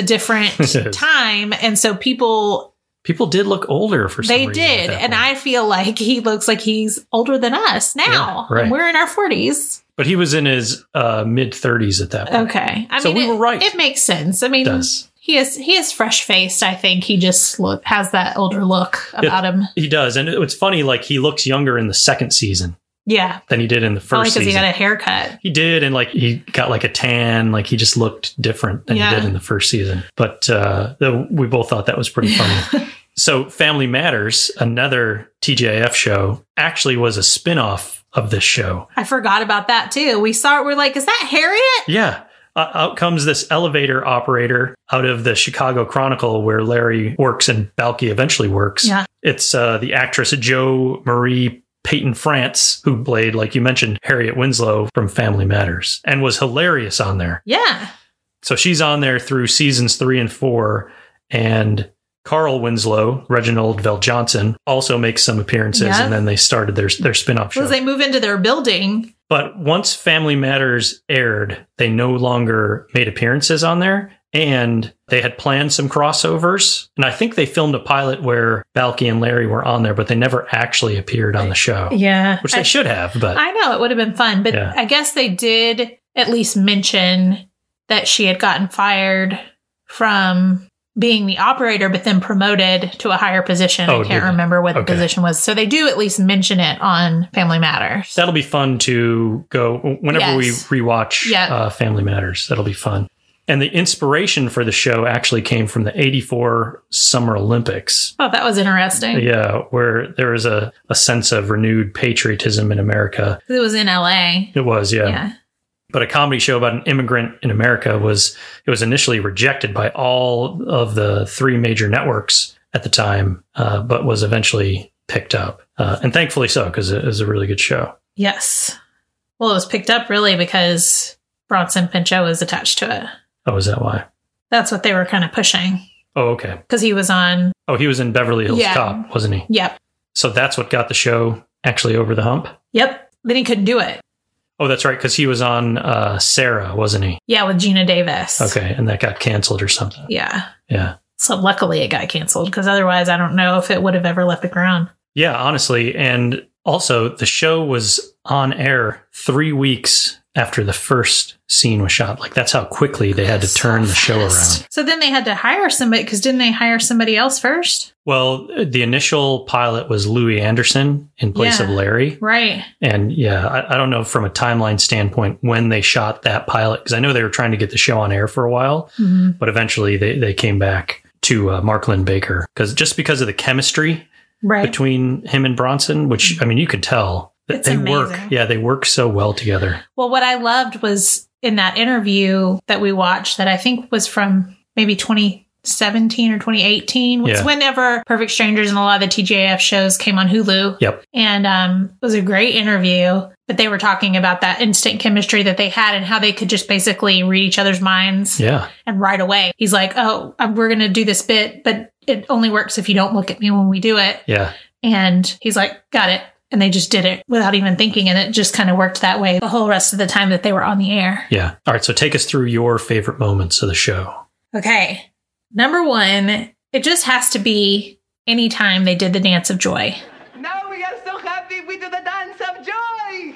[SPEAKER 2] different
[SPEAKER 1] Yes.
[SPEAKER 2] time. And so people,
[SPEAKER 1] People did look older for some
[SPEAKER 2] they
[SPEAKER 1] reason.
[SPEAKER 2] did. And I feel like he looks like he's older than us now.
[SPEAKER 1] Yeah, right.
[SPEAKER 2] And we're in our 40s.
[SPEAKER 1] But he was in his uh, mid 30s at that point.
[SPEAKER 2] Okay. I
[SPEAKER 1] So
[SPEAKER 2] mean,
[SPEAKER 1] we
[SPEAKER 2] it,
[SPEAKER 1] were right.
[SPEAKER 2] It makes sense. I mean,
[SPEAKER 1] Does.
[SPEAKER 2] he is, he is fresh faced. I think he just look, has that older look about him.
[SPEAKER 1] He does. And it- it's funny, like, he looks younger in the second season
[SPEAKER 2] Yeah.
[SPEAKER 1] than he did in the first
[SPEAKER 2] Probably because
[SPEAKER 1] season.
[SPEAKER 2] he got a haircut.
[SPEAKER 1] He did, and like he got like a tan, like he just looked different than he
[SPEAKER 2] Yeah.
[SPEAKER 1] did in the first season. But uh, though we both thought that was pretty funny. so, Family Matters, another TJF show, actually was a spin off of this show.
[SPEAKER 2] I forgot about that too. We saw it. We're like, is that Harriet?
[SPEAKER 1] Yeah. Uh, out comes this elevator operator out of the Chicago Chronicle where Larry works and Balky eventually works.
[SPEAKER 2] Yeah.
[SPEAKER 1] It's uh, the actress Jo Marie Peyton France, who played, like you mentioned, Harriet Winslow from Family Matters and was hilarious on there.
[SPEAKER 2] Yeah.
[SPEAKER 1] So she's on there through seasons three and four, and Carl Winslow, Reginald Vell Johnson, also makes some appearances,
[SPEAKER 2] Yeah.
[SPEAKER 1] and then they started their their spinoff show.
[SPEAKER 2] Because they move into their building.
[SPEAKER 1] but once Family Matters aired, they no longer made appearances on there, and they had planned some crossovers, and I think they filmed a pilot where Balky and Larry were on there, but they never actually appeared on the show,
[SPEAKER 2] Yeah.
[SPEAKER 1] which they
[SPEAKER 2] I,
[SPEAKER 1] should have. But
[SPEAKER 2] I know it would have been fun, but
[SPEAKER 1] Yeah.
[SPEAKER 2] I guess they did at least mention that she had gotten fired from being the operator, but then promoted to a higher position.
[SPEAKER 1] Oh,
[SPEAKER 2] I
[SPEAKER 1] did
[SPEAKER 2] can't
[SPEAKER 1] they?
[SPEAKER 2] remember what
[SPEAKER 1] Okay.
[SPEAKER 2] the position was. So they do at least mention it on Family Matters.
[SPEAKER 1] that'll be fun to go whenever
[SPEAKER 2] Yes.
[SPEAKER 1] we rewatch
[SPEAKER 2] Yeah.
[SPEAKER 1] uh, Family Matters. That'll be fun. And the inspiration for the show actually came from the 84 Summer Olympics.
[SPEAKER 2] Oh, that was interesting.
[SPEAKER 1] Yeah, where there was a, a sense of renewed patriotism in America.
[SPEAKER 2] It was in LA.
[SPEAKER 1] It was, yeah.
[SPEAKER 2] Yeah.
[SPEAKER 1] But a comedy show about an immigrant in America was it was initially rejected by all of the three major networks at the time, uh, but was eventually picked up, uh, and thankfully so because it was a really good show.
[SPEAKER 2] Yes. Well, it was picked up really because Bronson Pinchot was attached to it.
[SPEAKER 1] Oh, is that why?
[SPEAKER 2] That's what they were kind of pushing
[SPEAKER 1] Oh, okay.
[SPEAKER 2] because he was on.
[SPEAKER 1] Oh, he was in Beverly Hills
[SPEAKER 2] Yeah.
[SPEAKER 1] Cop, wasn't he?
[SPEAKER 2] Yep.
[SPEAKER 1] So that's what got the show actually over the hump.
[SPEAKER 2] Yep. Then he couldn't do it.
[SPEAKER 1] Oh, that's right, because he was on uh, Sarah, wasn't he?
[SPEAKER 2] Yeah, with Gina Davis.
[SPEAKER 1] Okay, and that got canceled or something.
[SPEAKER 2] Yeah.
[SPEAKER 1] Yeah.
[SPEAKER 2] So luckily it got canceled because otherwise I don't know if it would have ever left the ground.
[SPEAKER 1] Yeah, honestly. And also, the show was on air three weeks after the first scene was shot. Like, that's how quickly they had to turn the show around.
[SPEAKER 2] So then they had to hire somebody because didn't they hire somebody else first?
[SPEAKER 1] Well, the initial pilot was Louis Anderson in place of
[SPEAKER 2] Yeah.
[SPEAKER 1] Larry.
[SPEAKER 2] Right.
[SPEAKER 1] And yeah, I, I don't know from a timeline standpoint when they shot that pilot, because I know they were trying to get the show on air for a while,
[SPEAKER 2] Mm-hmm.
[SPEAKER 1] but eventually they, they came back to uh, Mark Lynn Baker because just because of the chemistry
[SPEAKER 2] Right.
[SPEAKER 1] between him and Bronson, which I mean, you could tell that
[SPEAKER 2] It's
[SPEAKER 1] they work.
[SPEAKER 2] amazing.
[SPEAKER 1] Yeah, they work so well together.
[SPEAKER 2] Well, what I loved was in that interview that we watched that I think was from maybe 2017 or 2018, which
[SPEAKER 1] Yeah.
[SPEAKER 2] is whenever Perfect Strangers and a lot of the TJF shows came on Hulu.
[SPEAKER 1] Yep.
[SPEAKER 2] And um, it was a great interview, but they were talking about that instant chemistry that they had and how they could just basically read each other's minds.
[SPEAKER 1] Yeah.
[SPEAKER 2] And right away, he's like, oh, uh, we're going to do this bit, but it only works if you don't look at me when we do it.
[SPEAKER 1] Yeah.
[SPEAKER 2] And he's like, got it. And they just did it without even thinking. And it just kind of worked that way the whole rest of the time that they were on the air.
[SPEAKER 1] Yeah. All right. So take us through your favorite moments of the show.
[SPEAKER 2] Okay. Number one, it just has to be anytime they did the dance of joy.
[SPEAKER 6] Now we are so happy we do the dance of joy.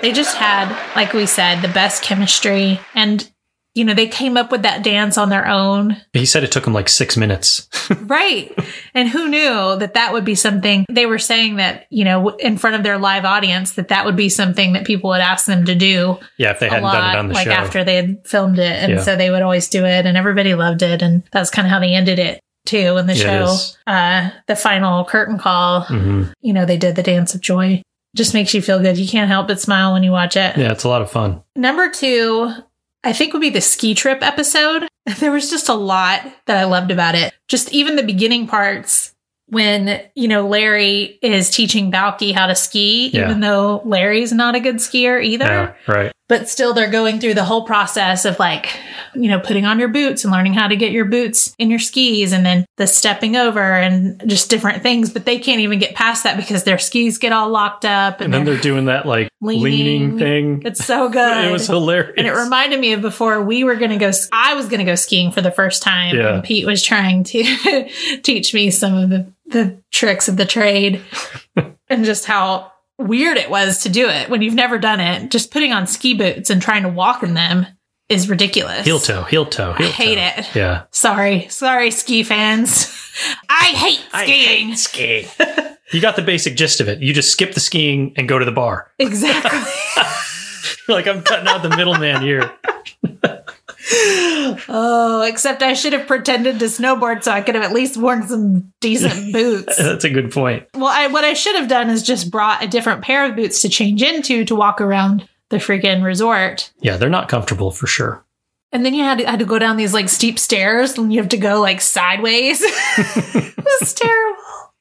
[SPEAKER 2] They just had, like we said, the best chemistry. And, you know, they came up with that dance on their own.
[SPEAKER 1] He said it took him like six minutes.
[SPEAKER 2] Right. and who knew that that would be something they were saying that, you know, w- in front of their live audience, that that would be something that people would ask them to do
[SPEAKER 1] yeah. If they
[SPEAKER 2] a
[SPEAKER 1] hadn't
[SPEAKER 2] lot,
[SPEAKER 1] done it on the
[SPEAKER 2] like
[SPEAKER 1] show.
[SPEAKER 2] after they had filmed it. And
[SPEAKER 1] Yeah.
[SPEAKER 2] so they would always do it and everybody loved it. And that's kind of how they ended it too in the
[SPEAKER 1] Yeah, it
[SPEAKER 2] show.
[SPEAKER 1] is.
[SPEAKER 2] Uh, the final curtain call,
[SPEAKER 1] Mhm.
[SPEAKER 2] you know, they did the dance of joy. Just makes you feel good. You can't help but smile when you watch it.
[SPEAKER 1] Yeah. It's a lot of fun.
[SPEAKER 2] Number two, I think would be the ski trip episode. There was just a lot that I loved about it. Just even the beginning parts when, you know, Larry is teaching Balky how to ski,
[SPEAKER 1] Yeah.
[SPEAKER 2] even though Larry's not a good skier either.
[SPEAKER 1] Yeah. Right.
[SPEAKER 2] But still, they're going through the whole process of like, you know, putting on your boots and learning how to get your boots in your skis and then the stepping over and just different things. But they can't even get past that because their skis get all locked up. And,
[SPEAKER 1] And then
[SPEAKER 2] they're,
[SPEAKER 1] they're doing that like leaning,
[SPEAKER 2] Leaning.
[SPEAKER 1] thing.
[SPEAKER 2] it's so good.
[SPEAKER 1] it was hilarious.
[SPEAKER 2] And it reminded me of before we were going to go, I was going to go skiing for the first time.
[SPEAKER 1] Yeah.
[SPEAKER 2] And Pete was trying to teach me some of the, the tricks of the trade and just how weird it was to do it when you've never done it. Just putting on ski boots and trying to walk in them is ridiculous.
[SPEAKER 1] heel toe, heel toe, heel toe.
[SPEAKER 2] hate it.
[SPEAKER 1] Yeah.
[SPEAKER 2] Sorry. Sorry, ski fans. I hate skiing.
[SPEAKER 1] Skiing. you got the basic gist of it. You just skip the skiing and go to the bar.
[SPEAKER 2] exactly.
[SPEAKER 1] You're like, I'm cutting out the middleman here.
[SPEAKER 2] oh, except I should have pretended to snowboard so I could have at least worn some decent boots.
[SPEAKER 1] That's a good point.
[SPEAKER 2] Well, I, what I should have done is just brought a different pair of boots to change into to walk around the freaking resort.
[SPEAKER 1] Yeah. They're not comfortable for sure.
[SPEAKER 2] And then you had to, had to go down these like steep stairs and you have to go like sideways. it was terrible.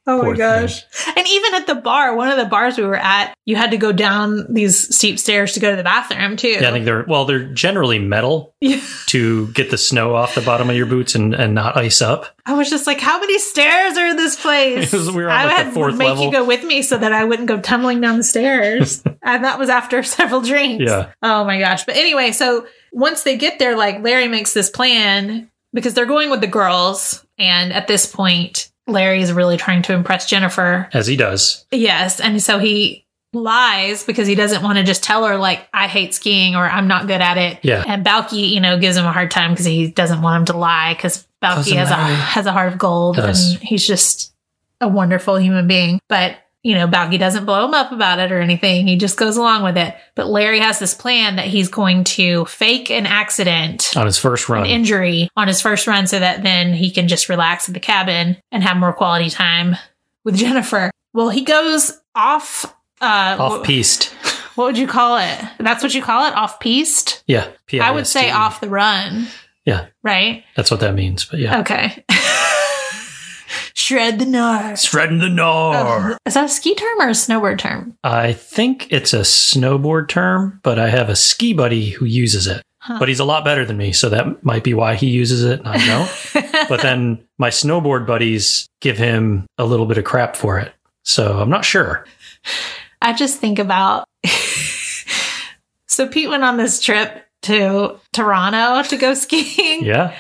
[SPEAKER 2] Oh
[SPEAKER 1] Poor
[SPEAKER 2] my gosh. And even at the bar, one of the bars we were at, you had to go down these steep stairs to go to the bathroom too.
[SPEAKER 1] Yeah, I think they're well, they're generally metal
[SPEAKER 2] Yeah.
[SPEAKER 1] to get the snow off the bottom of your boots and, and not ice up.
[SPEAKER 2] I was just like, how many stairs are in this place?
[SPEAKER 1] Because we were on,
[SPEAKER 2] I
[SPEAKER 1] like, the
[SPEAKER 2] had
[SPEAKER 1] fourth
[SPEAKER 2] would make
[SPEAKER 1] level.
[SPEAKER 2] you go with me so that I wouldn't go tumbling down the stairs. and that was after several drinks.
[SPEAKER 1] Yeah.
[SPEAKER 2] Oh my gosh. But anyway, so once they get there, like Larry makes this plan because they're going with the girls. And at this point, Larry is really trying to impress Jennifer.
[SPEAKER 1] As he does.
[SPEAKER 2] Yes. And so he lies because he doesn't want to just tell her like I hate skiing or I'm not good at it.
[SPEAKER 1] Yeah.
[SPEAKER 2] And Balky, you know, gives him a hard time because he doesn't want him to lie because Balky
[SPEAKER 1] Doesn't
[SPEAKER 2] has a
[SPEAKER 1] lie.
[SPEAKER 2] has a heart of gold
[SPEAKER 1] Does.
[SPEAKER 2] and he's just a wonderful human being. But you know, Balky doesn't blow him up about it or anything. He just goes along with it. But Larry has this plan that he's going to fake an accident,
[SPEAKER 1] on his first
[SPEAKER 2] an
[SPEAKER 1] run.
[SPEAKER 2] injury on his first run so that then he can just relax at the cabin and have more quality time with Jennifer. Well, he goes off. Uh,
[SPEAKER 1] off
[SPEAKER 2] wh-
[SPEAKER 1] piste.
[SPEAKER 2] what would you call it? That's what you call it? Off piste?
[SPEAKER 1] Yeah. P
[SPEAKER 2] I would say
[SPEAKER 1] PIST.
[SPEAKER 2] off Uh, the run,
[SPEAKER 1] Yeah.
[SPEAKER 2] right?
[SPEAKER 1] E. That's what that means. But yeah.
[SPEAKER 2] Okay. Shred the gnar.
[SPEAKER 1] Shredding the gnar.
[SPEAKER 2] Is that a ski term or a snowboard term?
[SPEAKER 1] I think it's a snowboard term, but I have a ski buddy who uses it. But he's a lot better than me, so that might be why he uses it and I don't. but then my snowboard buddies give him a little bit of crap for it. So I'm not sure.
[SPEAKER 2] I just think about. so Pete went on this trip to Toronto to go skiing.
[SPEAKER 1] Yeah.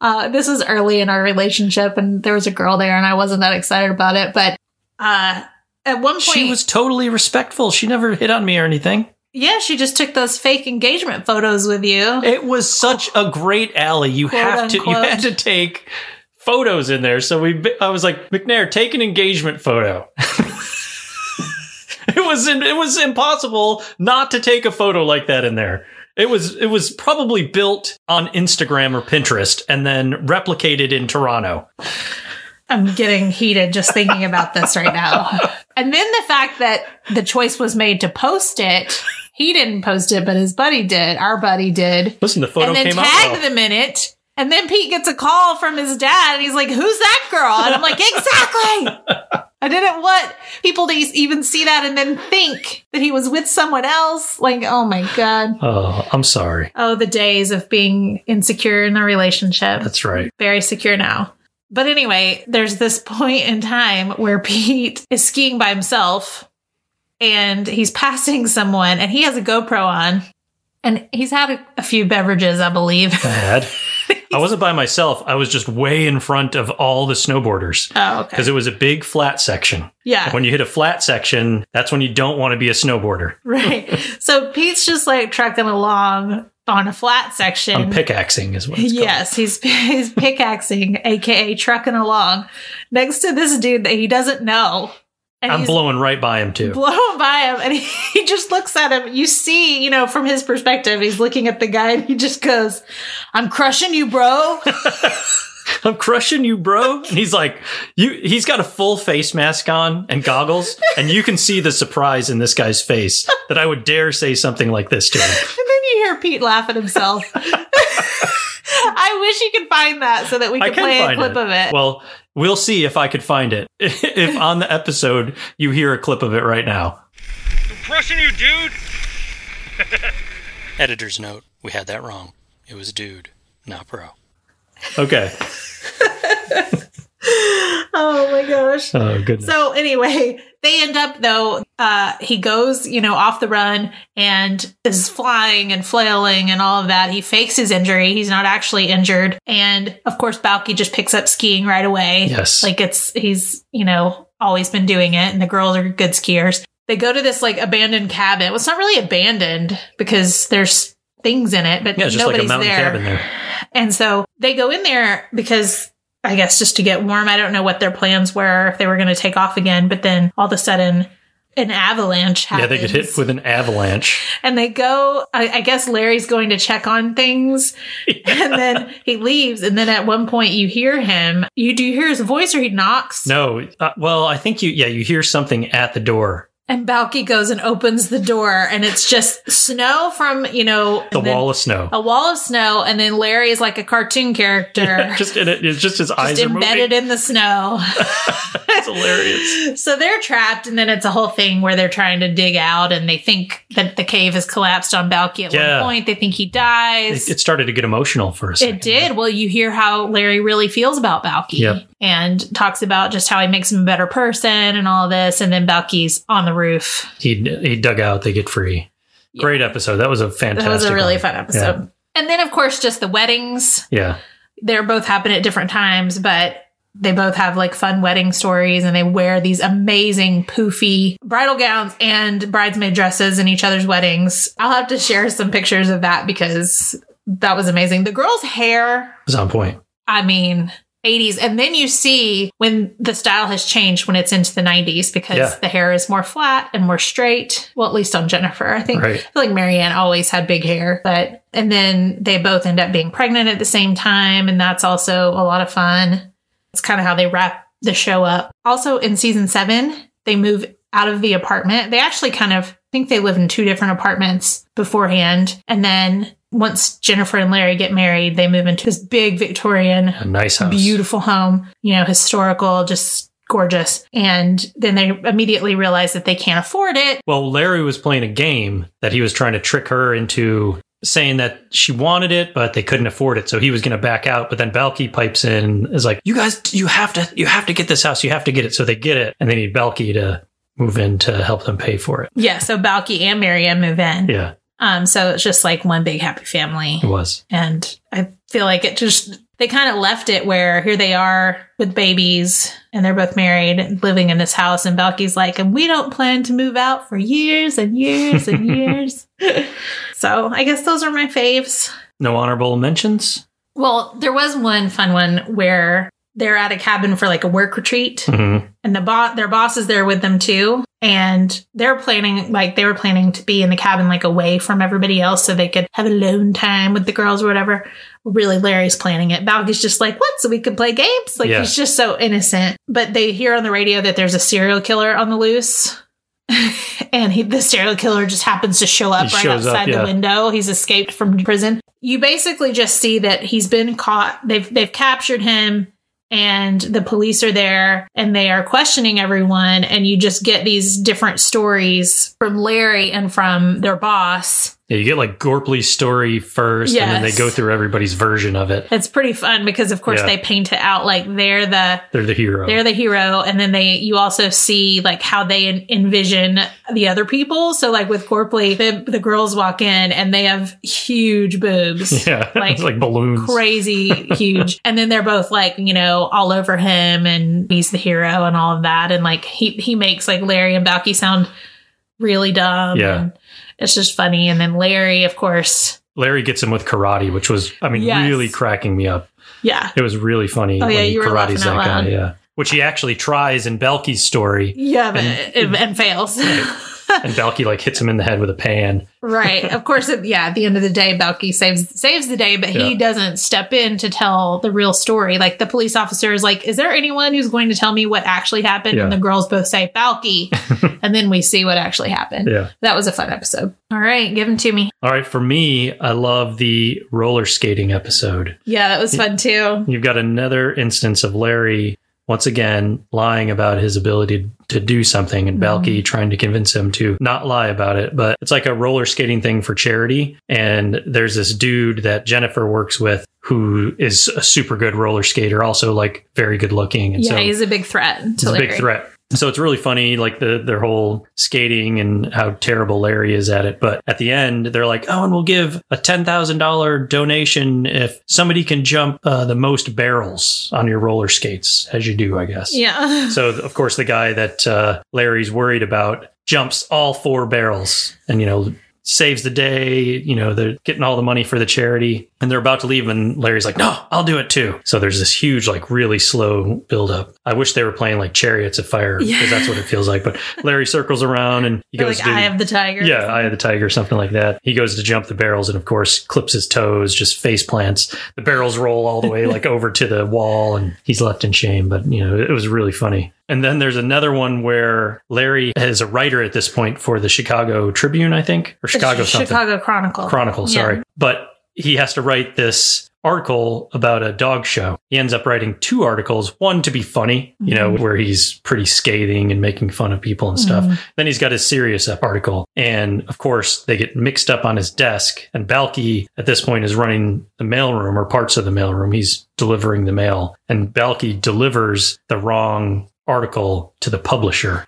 [SPEAKER 2] Uh, this was early in our relationship, and there was a girl there, and I wasn't that excited about it. But uh, at one point,
[SPEAKER 1] She was totally respectful. She never hit on me or anything.
[SPEAKER 2] yeah, she just took those fake engagement photos with you.
[SPEAKER 1] It was such a great alley. You
[SPEAKER 2] Quote,
[SPEAKER 1] have to
[SPEAKER 2] unquote.
[SPEAKER 1] you had to take photos in there. So we I was like, McNair, take an engagement photo. it was it was impossible not to take a photo like that in there. It was it was probably built on Instagram or Pinterest and then replicated in Toronto.
[SPEAKER 2] I'm getting heated just thinking about this right now. And then the fact that the choice was made to post it. He didn't post it, but his buddy did. Our buddy did.
[SPEAKER 1] Listen, the photo
[SPEAKER 2] and then
[SPEAKER 1] came Oh. out.
[SPEAKER 2] tagged
[SPEAKER 1] well.
[SPEAKER 2] them in it. And then Pete gets a call from his dad, and he's like, "Who's that girl?" And I'm like, "Exactly." I didn't want people to even see that and then think that he was with someone else. Like, oh my god.
[SPEAKER 1] Oh, I'm sorry.
[SPEAKER 2] Oh, the days of being insecure in a relationship.
[SPEAKER 1] That's right.
[SPEAKER 2] very secure now. But anyway, there's this point in time where Pete is skiing by himself and he's passing someone and he has a GoPro on and he's had a, a few beverages, I believe.
[SPEAKER 1] Bad. I wasn't by myself. I was just way in front of all the snowboarders
[SPEAKER 2] oh, okay.
[SPEAKER 1] because it was a big flat section.
[SPEAKER 2] Yeah.
[SPEAKER 1] When you hit a flat section, that's when you don't want to be a snowboarder.
[SPEAKER 2] right. So Pete's just like trucking along on a flat section.
[SPEAKER 1] I'm pickaxing is what it's called.
[SPEAKER 2] Yes, he's he's pickaxing, aka trucking along, next to this dude that he doesn't know. And
[SPEAKER 1] I'm
[SPEAKER 2] he's
[SPEAKER 1] blowing right by him too.
[SPEAKER 2] blown by him and he just looks at him you see you know from his perspective he's looking at the guy and he just goes i'm crushing you bro
[SPEAKER 1] I'm crushing you, bro. And he's like, you he's got a full face mask on and goggles, and you can see the surprise in this guy's face that I would dare say something like this to him.
[SPEAKER 2] and then you hear pete laugh at himself i wish you could find that so that we
[SPEAKER 1] I
[SPEAKER 2] could
[SPEAKER 1] can
[SPEAKER 2] play a
[SPEAKER 1] find
[SPEAKER 2] clip
[SPEAKER 1] it.
[SPEAKER 2] of it
[SPEAKER 1] Well, we'll see if I could find it. if on the episode you hear a clip of it right now.
[SPEAKER 7] crushing you, dude.
[SPEAKER 1] Editor's note, we had that wrong. It was dude, not bro. Okay.
[SPEAKER 2] oh my gosh
[SPEAKER 1] Oh goodness.
[SPEAKER 2] so anyway they end up though uh he goes you know off the run and is flying and flailing and all of that he fakes his injury he's not actually injured and of course balky just picks up skiing right away
[SPEAKER 1] Yes.
[SPEAKER 2] like it's he's you know always been doing it and the girls are good skiers they go to this like abandoned cabin well, it's not really abandoned because there's things in it but
[SPEAKER 1] yeah, it's just like
[SPEAKER 2] nobody's
[SPEAKER 1] a mountain
[SPEAKER 2] there
[SPEAKER 1] cabin there.
[SPEAKER 2] and so they go in there because I guess just to get warm. I don't know what their plans were if they were going to take off again, but then all of a sudden an avalanche happens.
[SPEAKER 1] Yeah, they get hit with an avalanche.
[SPEAKER 2] And they go, I, I guess Larry's going to check on things. And then he leaves. And then at one point you hear him. You do you hear his voice or he knocks?
[SPEAKER 1] No, uh, well, I think you, yeah, you hear something at the door.
[SPEAKER 2] And Balky goes and opens the door and it's just snow from, you know,
[SPEAKER 1] The
[SPEAKER 2] and then
[SPEAKER 1] wall of snow.
[SPEAKER 2] a wall of snow. And then Larry is like a cartoon character.
[SPEAKER 1] just in it, it's just his eyes
[SPEAKER 2] just
[SPEAKER 1] are
[SPEAKER 2] embedded
[SPEAKER 1] moving.
[SPEAKER 2] in the snow.
[SPEAKER 1] It's hilarious.
[SPEAKER 2] So they're trapped, and then it's a whole thing where they're trying to dig out, and they think that the cave has collapsed on Balky at
[SPEAKER 1] Yeah.
[SPEAKER 2] one point. They think he dies.
[SPEAKER 1] It,
[SPEAKER 2] It,
[SPEAKER 1] it started to get emotional for a second.
[SPEAKER 2] did. Well, you hear how Larry really feels about Balky
[SPEAKER 1] Yep.
[SPEAKER 2] and talks about just how he makes him a better person and all this. And then Balky's on the roof.
[SPEAKER 1] He he dug out. They get free. Great episode. That was a fantastic.
[SPEAKER 2] That was a really
[SPEAKER 1] one.
[SPEAKER 2] fun episode. And then, of course, just the weddings.
[SPEAKER 1] Yeah.
[SPEAKER 2] They're both happen at different times, but they both have like fun wedding stories and they wear these amazing poofy bridal gowns and bridesmaid dresses in each other's weddings. I'll have to share some pictures of that because that was amazing. The girl's hair,
[SPEAKER 1] it was on point.
[SPEAKER 2] I mean, 80s. And then you see when the style has changed when it's into the 90s because
[SPEAKER 1] Yeah.
[SPEAKER 2] the hair is more flat and more straight. Well, at least on Jennifer. I think,
[SPEAKER 1] Right.
[SPEAKER 2] I feel like Marianne always had big hair, but, and then they both end up being pregnant at the same time. And that's also a lot of fun. It's kind of how they wrap the show up. Also in season seven, they move out of the apartment. They actually kind of think they live in two different apartments beforehand. And then once Jennifer and Larry get married, they move into this big Victorian
[SPEAKER 1] A nice house.
[SPEAKER 2] beautiful home, you know, historical, just gorgeous. And then they immediately realize that they can't afford it.
[SPEAKER 1] Well, Larry was playing a game that he was trying to trick her into saying that she wanted it, but they couldn't afford it. So he was going to back out. But then Balky pipes in and is like, you guys, you have to, you have to get this house. You have to get it. So they get it. And they need Balky to move in to help them pay for it.
[SPEAKER 2] Yeah, so Balky and Marianne move in.
[SPEAKER 1] Yeah,
[SPEAKER 2] Um, so it's just like one big happy family.
[SPEAKER 1] it was.
[SPEAKER 2] And I feel like it just they kind of left it where here they are with babies and they're both married, living in this house, and Balky's like, and we don't plan to move out for years and years and years. so I guess those are my faves.
[SPEAKER 1] No honorable mentions.
[SPEAKER 2] Well, there was one fun one where they're at a cabin for like a work retreat
[SPEAKER 1] Mm-hmm.
[SPEAKER 2] and the bo- their boss is there with them too and they're planning like they were planning to be in the cabin like away from everybody else so they could have alone time with the girls or whatever really larry's planning it balky's just like what so we could play games like
[SPEAKER 1] Yeah.
[SPEAKER 2] he's just so innocent but they hear on the radio that there's a serial killer on the loose and he, the serial killer just happens to show up
[SPEAKER 1] He
[SPEAKER 2] right
[SPEAKER 1] shows up,
[SPEAKER 2] outside
[SPEAKER 1] yeah.
[SPEAKER 2] the window he's escaped from prison you basically just see that he's been caught they've they've captured him and the police are there and they are questioning everyone and you just get these different stories from Larry and from their boss.
[SPEAKER 1] Yeah, you get like Gorpley's story first, and then they
[SPEAKER 2] Yes.
[SPEAKER 1] go through everybody's version of it.
[SPEAKER 2] It's pretty fun because of course
[SPEAKER 1] Yeah.
[SPEAKER 2] they paint it out like they're the
[SPEAKER 1] They're the hero.
[SPEAKER 2] they're the hero and then they you also see like how they en- envision the other people. So like with Gorpley, the, the girls walk in and they have huge boobs.
[SPEAKER 1] yeah,
[SPEAKER 2] like,
[SPEAKER 1] it's like balloons.
[SPEAKER 2] crazy huge. And then they're both like, you know, all over him and he's the hero and all of that. And like he he makes like Larry and Balky sound really dumb.
[SPEAKER 1] Yeah.
[SPEAKER 2] And it's just funny. And then Larry, of course.
[SPEAKER 1] Larry gets him with karate, which was, I mean,
[SPEAKER 2] Yes.
[SPEAKER 1] really cracking me up.
[SPEAKER 2] Yeah.
[SPEAKER 1] It was really funny
[SPEAKER 2] Oh,
[SPEAKER 1] when
[SPEAKER 2] yeah,
[SPEAKER 1] he
[SPEAKER 2] you were laughing
[SPEAKER 1] karate's that
[SPEAKER 2] out
[SPEAKER 1] guy.
[SPEAKER 2] loud.
[SPEAKER 1] Yeah. Which he actually tries in Belky's story.
[SPEAKER 2] Yeah, but and, and fails.
[SPEAKER 1] And Belky like hits him in the head with a pan.
[SPEAKER 2] right. Of course, it, yeah, at the end of the day, Balky saves saves the day, but he
[SPEAKER 1] Yeah.
[SPEAKER 2] doesn't step in to tell the real story. Like the police officer is like, is there anyone who's going to tell me what actually happened? And
[SPEAKER 1] Yeah.
[SPEAKER 2] the girls both say Balky. and then we see what actually happened.
[SPEAKER 1] Yeah.
[SPEAKER 2] That was a fun episode. All right, give them to me.
[SPEAKER 1] All right. For me, I love the roller skating episode.
[SPEAKER 2] Yeah, that was fun too.
[SPEAKER 1] You've got another instance of Larry once again lying about his ability to do something and
[SPEAKER 2] Mm-hmm.
[SPEAKER 1] Balky trying to convince him to not lie about it. But it's like a roller skating thing for charity. And there's this dude that Jennifer works with who is a super good roller skater, also like very good looking. And
[SPEAKER 2] Yeah,
[SPEAKER 1] so
[SPEAKER 2] he's a big threat. To
[SPEAKER 1] it's a big
[SPEAKER 2] Larry.
[SPEAKER 1] threat. So it's really funny, like the their whole skating and how terrible Larry is at it. But at the end, they're like, "Oh, and we'll give a ten thousand dollar donation if somebody can jump uh, the most barrels on your roller skates, as you do, I guess."
[SPEAKER 2] Yeah.
[SPEAKER 1] So of course, the guy that uh, Larry's worried about jumps all four barrels, and you know saves the day. You know they're getting all the money for the charity, and they're about to leave, and Larry's like, "No, I'll do it too." So there's this huge, like, really slow buildup. I wish they were playing like Chariots of Fire because that's what it feels like. But Larry circles around, and he
[SPEAKER 2] They're
[SPEAKER 1] goes
[SPEAKER 2] like
[SPEAKER 1] to.
[SPEAKER 2] Eye of the Tiger.
[SPEAKER 1] yeah, Eye of the Tiger, something like that. He goes to jump the barrels and, of course, clips his toes, just face plants. The barrels roll all the way like over to the wall and he's left in shame. But, you know, it was really funny. And then there's another one where Larry is a writer at this point for the Chicago Tribune, I think, or Chicago something.
[SPEAKER 2] Chicago Chronicle.
[SPEAKER 1] Chronicle,
[SPEAKER 2] Yeah.
[SPEAKER 1] sorry. But he has to write this article about a dog show. He ends up writing two articles, one to be funny, you know, where he's pretty scathing and making fun of people and stuff. Then he's got his serious article. And of course, they get mixed up on his desk. And Balky at this point is running the mailroom or parts of the mailroom. He's delivering the mail. And Balky delivers the wrong article to the publisher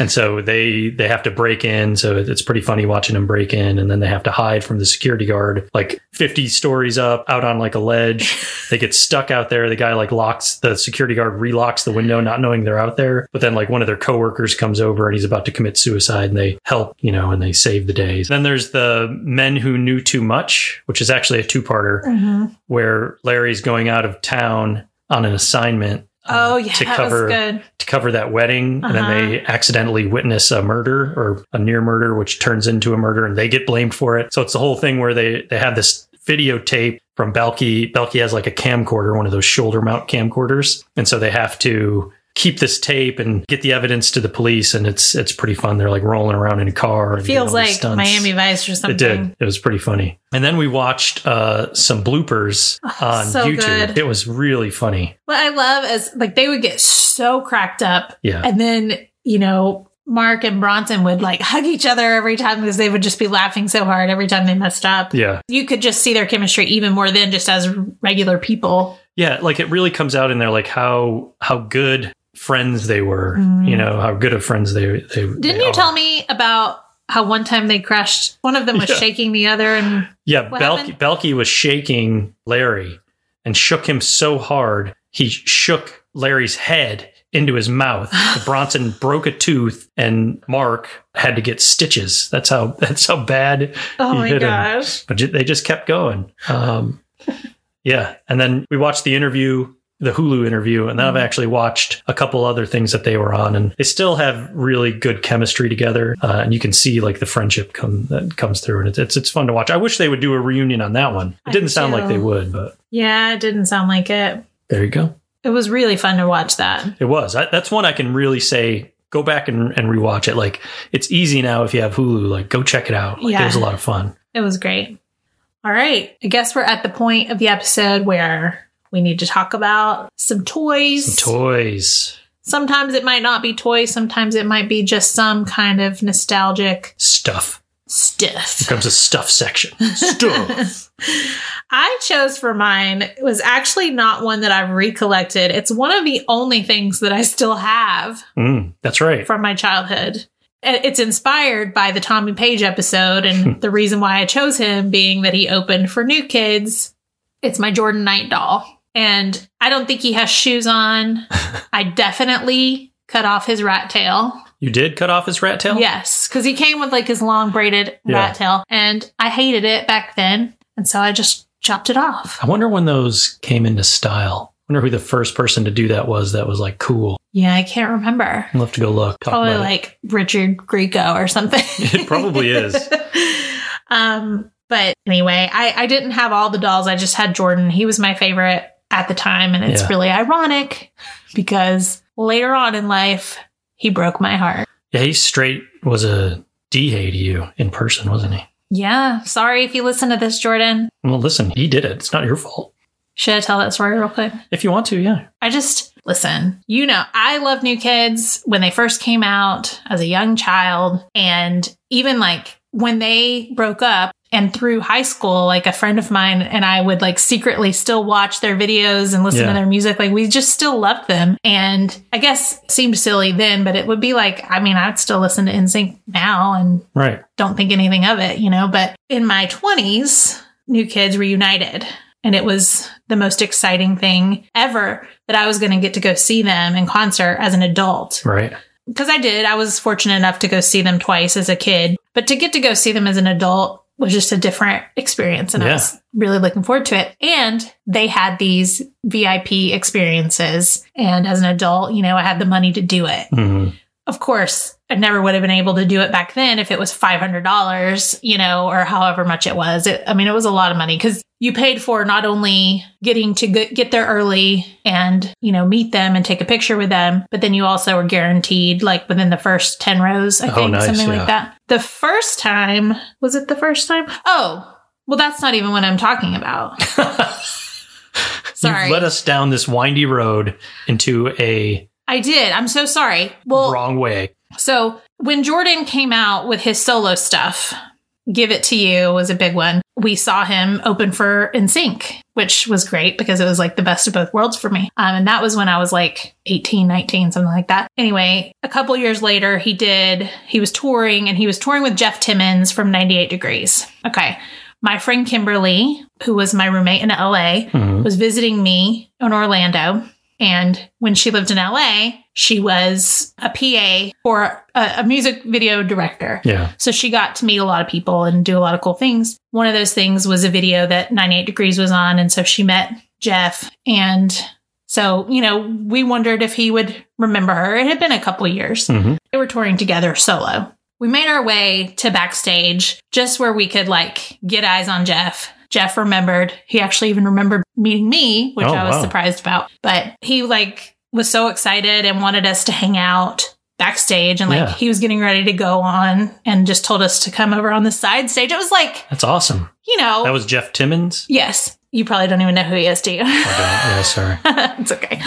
[SPEAKER 1] and so they they have to break in so it's pretty funny watching them break in and then they have to hide from the security guard like 50 stories up out on like a ledge they get stuck out there the guy like locks the security guard relocks the window not knowing they're out there but then like one of their coworkers comes over and he's about to commit suicide and they help you know and they save the day then there's the men who knew too much which is actually a two-parter where Larry's going out of town on an assignment. uh,
[SPEAKER 2] Oh, yeah,
[SPEAKER 1] to
[SPEAKER 2] that
[SPEAKER 1] cover
[SPEAKER 2] was good.
[SPEAKER 1] to cover that wedding, and then
[SPEAKER 2] Uh-huh.
[SPEAKER 1] they accidentally witness a murder or a near murder, which turns into a murder, and they get blamed for it. So it's the whole thing where they they have this videotape from Belky. Belky has like a camcorder, one of those shoulder mount camcorders, and so they have to keep this tape and get the evidence to the police. And it's it's pretty fun. They're like rolling around in a car. and doing
[SPEAKER 2] Feels
[SPEAKER 1] all these
[SPEAKER 2] like
[SPEAKER 1] stunts.
[SPEAKER 2] Miami Vice or something.
[SPEAKER 1] It did. It was pretty funny. And then we watched uh, some bloopers on
[SPEAKER 2] Oh, so
[SPEAKER 1] YouTube.
[SPEAKER 2] good.
[SPEAKER 1] It was really funny.
[SPEAKER 2] What I love is like they would get so cracked up.
[SPEAKER 1] Yeah.
[SPEAKER 2] And then, you know, Mark and Bronson would like hug each other every time because they would just be laughing so hard every time they messed up.
[SPEAKER 1] Yeah.
[SPEAKER 2] You could just see their chemistry even more than just as regular people.
[SPEAKER 1] Yeah, like it really comes out in there like how how good friends they were. You know, how good of friends they they
[SPEAKER 2] Mm-hmm. Didn't you tell me about how one time they crashed? One of them was
[SPEAKER 1] Yeah.
[SPEAKER 2] shaking the other and
[SPEAKER 1] Yeah,
[SPEAKER 2] what
[SPEAKER 1] Belky,
[SPEAKER 2] happened?
[SPEAKER 1] Belky was shaking Larry and shook him so hard he shook Larry's head into his mouth. Bronson broke a tooth and Mark had to get stitches. That's how that's how bad
[SPEAKER 2] oh
[SPEAKER 1] he
[SPEAKER 2] my
[SPEAKER 1] hit him.
[SPEAKER 2] gosh.
[SPEAKER 1] but ju- they just kept going. Um, yeah, and then we watched the interview, the Hulu interview, and then
[SPEAKER 2] Mm-hmm.
[SPEAKER 1] I've actually watched a couple other things that they were on, and they still have really good chemistry together, uh, and you can see like the friendship come that comes through, and it's, it's it's fun to watch. I wish they would do a reunion on that one. It
[SPEAKER 2] I
[SPEAKER 1] didn't sound
[SPEAKER 2] do.
[SPEAKER 1] like they would, but
[SPEAKER 2] Yeah, it didn't sound like it.
[SPEAKER 1] there you go.
[SPEAKER 2] It was really fun to watch that.
[SPEAKER 1] It was. I, that's one I can really say. Go back and, and rewatch it. Like it's easy now if you have Hulu. Like go check it out. Like,
[SPEAKER 2] Yeah.
[SPEAKER 1] It was a lot of fun.
[SPEAKER 2] It was great. All right. I guess we're at the point of the episode where we need to talk about some toys.
[SPEAKER 1] Toys,
[SPEAKER 2] sometimes it might not be toys, sometimes it might be just some kind of nostalgic
[SPEAKER 1] stuff.
[SPEAKER 2] stuff.
[SPEAKER 1] comes a stuff section. Stuff.
[SPEAKER 2] I chose for mine it was actually not one that I've recollected. It's one of the only things that I still have
[SPEAKER 1] mm, that's right.
[SPEAKER 2] from my childhood. And It's inspired by the Tommy Page episode, and the reason why I chose him being that he opened for New Kids. It's my Jordan Knight doll, and I don't think he has shoes on. I definitely cut off his rat tail.
[SPEAKER 1] You did cut off his rat tail?
[SPEAKER 2] Yes, because he came with like his long braided
[SPEAKER 1] Yeah.
[SPEAKER 2] rat tail, and I hated it back then, and so I just chopped it off.
[SPEAKER 1] I wonder when those came into style. I wonder who the first person to do that was that was like cool.
[SPEAKER 2] Yeah, I can't remember.
[SPEAKER 1] I'll have to go look. Talk
[SPEAKER 2] Probably
[SPEAKER 1] about it.
[SPEAKER 2] like Richard Grieco or something.
[SPEAKER 1] It probably is.
[SPEAKER 2] um, but anyway, I, I didn't have all the dolls. I just had Jordan. He was my favorite at the time, and it's
[SPEAKER 1] Yeah.
[SPEAKER 2] really ironic because later on in life, he broke my heart.
[SPEAKER 1] Yeah, he straight was a DA to you in person, wasn't he?
[SPEAKER 2] Yeah, sorry if you listen to this, Jordan.
[SPEAKER 1] Well, listen, he did it. It's not your fault.
[SPEAKER 2] Should I tell that story real quick?
[SPEAKER 1] If you want to, yeah.
[SPEAKER 2] I just listen, you know, I love New Kids when they first came out as a young child. And even like when they broke up and through high school, like a friend of mine and I would like secretly still watch their videos and listen
[SPEAKER 1] Yeah.
[SPEAKER 2] to their music. Like we just still loved them. And I guess it seemed silly then, but it would be like, I mean, I'd still listen to NSYNC now and
[SPEAKER 1] Right.
[SPEAKER 2] don't think anything of it, you know. But in my 20s, New Kids reunited. And it was the most exciting thing ever that I was going to get to go see them in concert as an adult.
[SPEAKER 1] Right.
[SPEAKER 2] Because I did. I was fortunate enough to go see them twice as a kid. But to get to go see them as an adult was just a different experience. And I
[SPEAKER 1] Yeah.
[SPEAKER 2] was really looking forward to it. And they had these VIP experiences. And as an adult, you know, I had the money to do it
[SPEAKER 1] Mhm.
[SPEAKER 2] of course, I never would have been able to do it back then if it was $500, you know, or however much it was. It, I mean, it was a lot of money because you paid for not only getting to g- get there early and, you know, meet them and take a picture with them, but then you also were guaranteed like within the first 10 rows, I
[SPEAKER 1] Oh,
[SPEAKER 2] think,
[SPEAKER 1] nice,
[SPEAKER 2] something
[SPEAKER 1] yeah.
[SPEAKER 2] like that. The first time, was it the first time? Oh, well, that's not even what I'm talking about. Sorry.
[SPEAKER 1] You've led us down this windy road into a
[SPEAKER 2] I did. I'm so sorry. Well,
[SPEAKER 1] wrong way.
[SPEAKER 2] So when Jordan came out with his solo stuff, Give It To You was a big one. We saw him open for NSYNC, which was great because it was like the best of both worlds for me. Um, and that was when I was like 18, 19, something like that. Anyway, a couple years later, he did, he was touring and he was touring with Jeff Timmons from 98 Degrees. Okay. My friend Kimberly, who was my roommate in LA,
[SPEAKER 1] Mhm.
[SPEAKER 2] was visiting me in Orlando. And when she lived in LA, she was a PA for a, a music video director.
[SPEAKER 1] Yeah.
[SPEAKER 2] So she got to meet a lot of people and do a lot of cool things. One of those things was a video that 98 Degrees was on. And so she met Jeff and So, you know, we wondered if he would remember her. It had been a couple years.
[SPEAKER 1] Mhm.
[SPEAKER 2] They were touring together solo. We made our way to backstage just where we could like get eyes on Jeff. Jeff remembered. He actually even remembered meeting me, which
[SPEAKER 1] Oh,
[SPEAKER 2] I was
[SPEAKER 1] wow.
[SPEAKER 2] surprised about. But he like was so excited and wanted us to hang out backstage and like
[SPEAKER 1] Yeah.
[SPEAKER 2] he was getting ready to go on and just told us to come over on the side stage. It was like,
[SPEAKER 1] That's awesome.
[SPEAKER 2] you know,
[SPEAKER 1] That was Jeff Timmons.
[SPEAKER 2] yes, you probably don't even know who he is, do you?
[SPEAKER 1] I don't- yeah, sorry.
[SPEAKER 2] it's okay.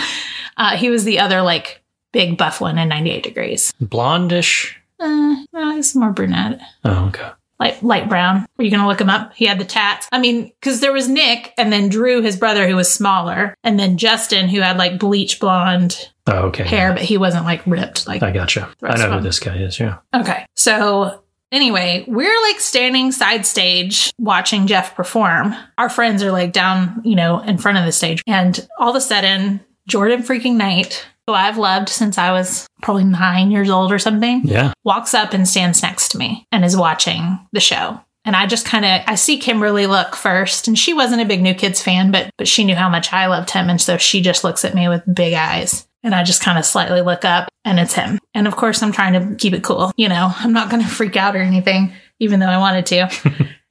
[SPEAKER 2] Uh, he was the other like big buff one in 98 degrees.
[SPEAKER 1] Blondish.
[SPEAKER 2] Uh, no, he's more brunette,
[SPEAKER 1] Oh, okay.
[SPEAKER 2] light light brown. Were you gonna look him up? He had the tats. I mean, because there was Nick, and then Drew, his brother, who was smaller, and then Justin, who had like bleach blonde
[SPEAKER 1] Oh, okay.
[SPEAKER 2] hair, but he wasn't like ripped. Like
[SPEAKER 1] I gotcha.
[SPEAKER 2] The
[SPEAKER 1] I
[SPEAKER 2] rest
[SPEAKER 1] know
[SPEAKER 2] of
[SPEAKER 1] who
[SPEAKER 2] them.
[SPEAKER 1] this guy is. Yeah.
[SPEAKER 2] okay, so. Anyway, we're like standing side stage watching Jeff perform. Our friends are like down, you know, in front of the stage. And all of a sudden, Jordan freaking Knight, who I've loved since I was probably nine years old or something,
[SPEAKER 1] Yeah.
[SPEAKER 2] walks up and stands next to me and is watching the show. And I just kind of I see Kimberly look first, and she wasn't a big New Kids fan, but but she knew how much I loved him, and so she just looks at me with big eyes. And I just kind of slightly look up, and it's him. And of course, I'm trying to keep it cool. You know, I'm not going to freak out or anything, even though I wanted to.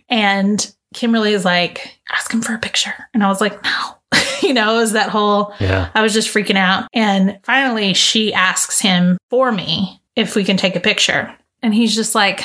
[SPEAKER 2] and Kimberly is like, ask him for a picture. And I was like, no. you know, it was that whole
[SPEAKER 1] Yeah.
[SPEAKER 2] I was just freaking out. And finally, she asks him for me if we can take a picture. And he's just like,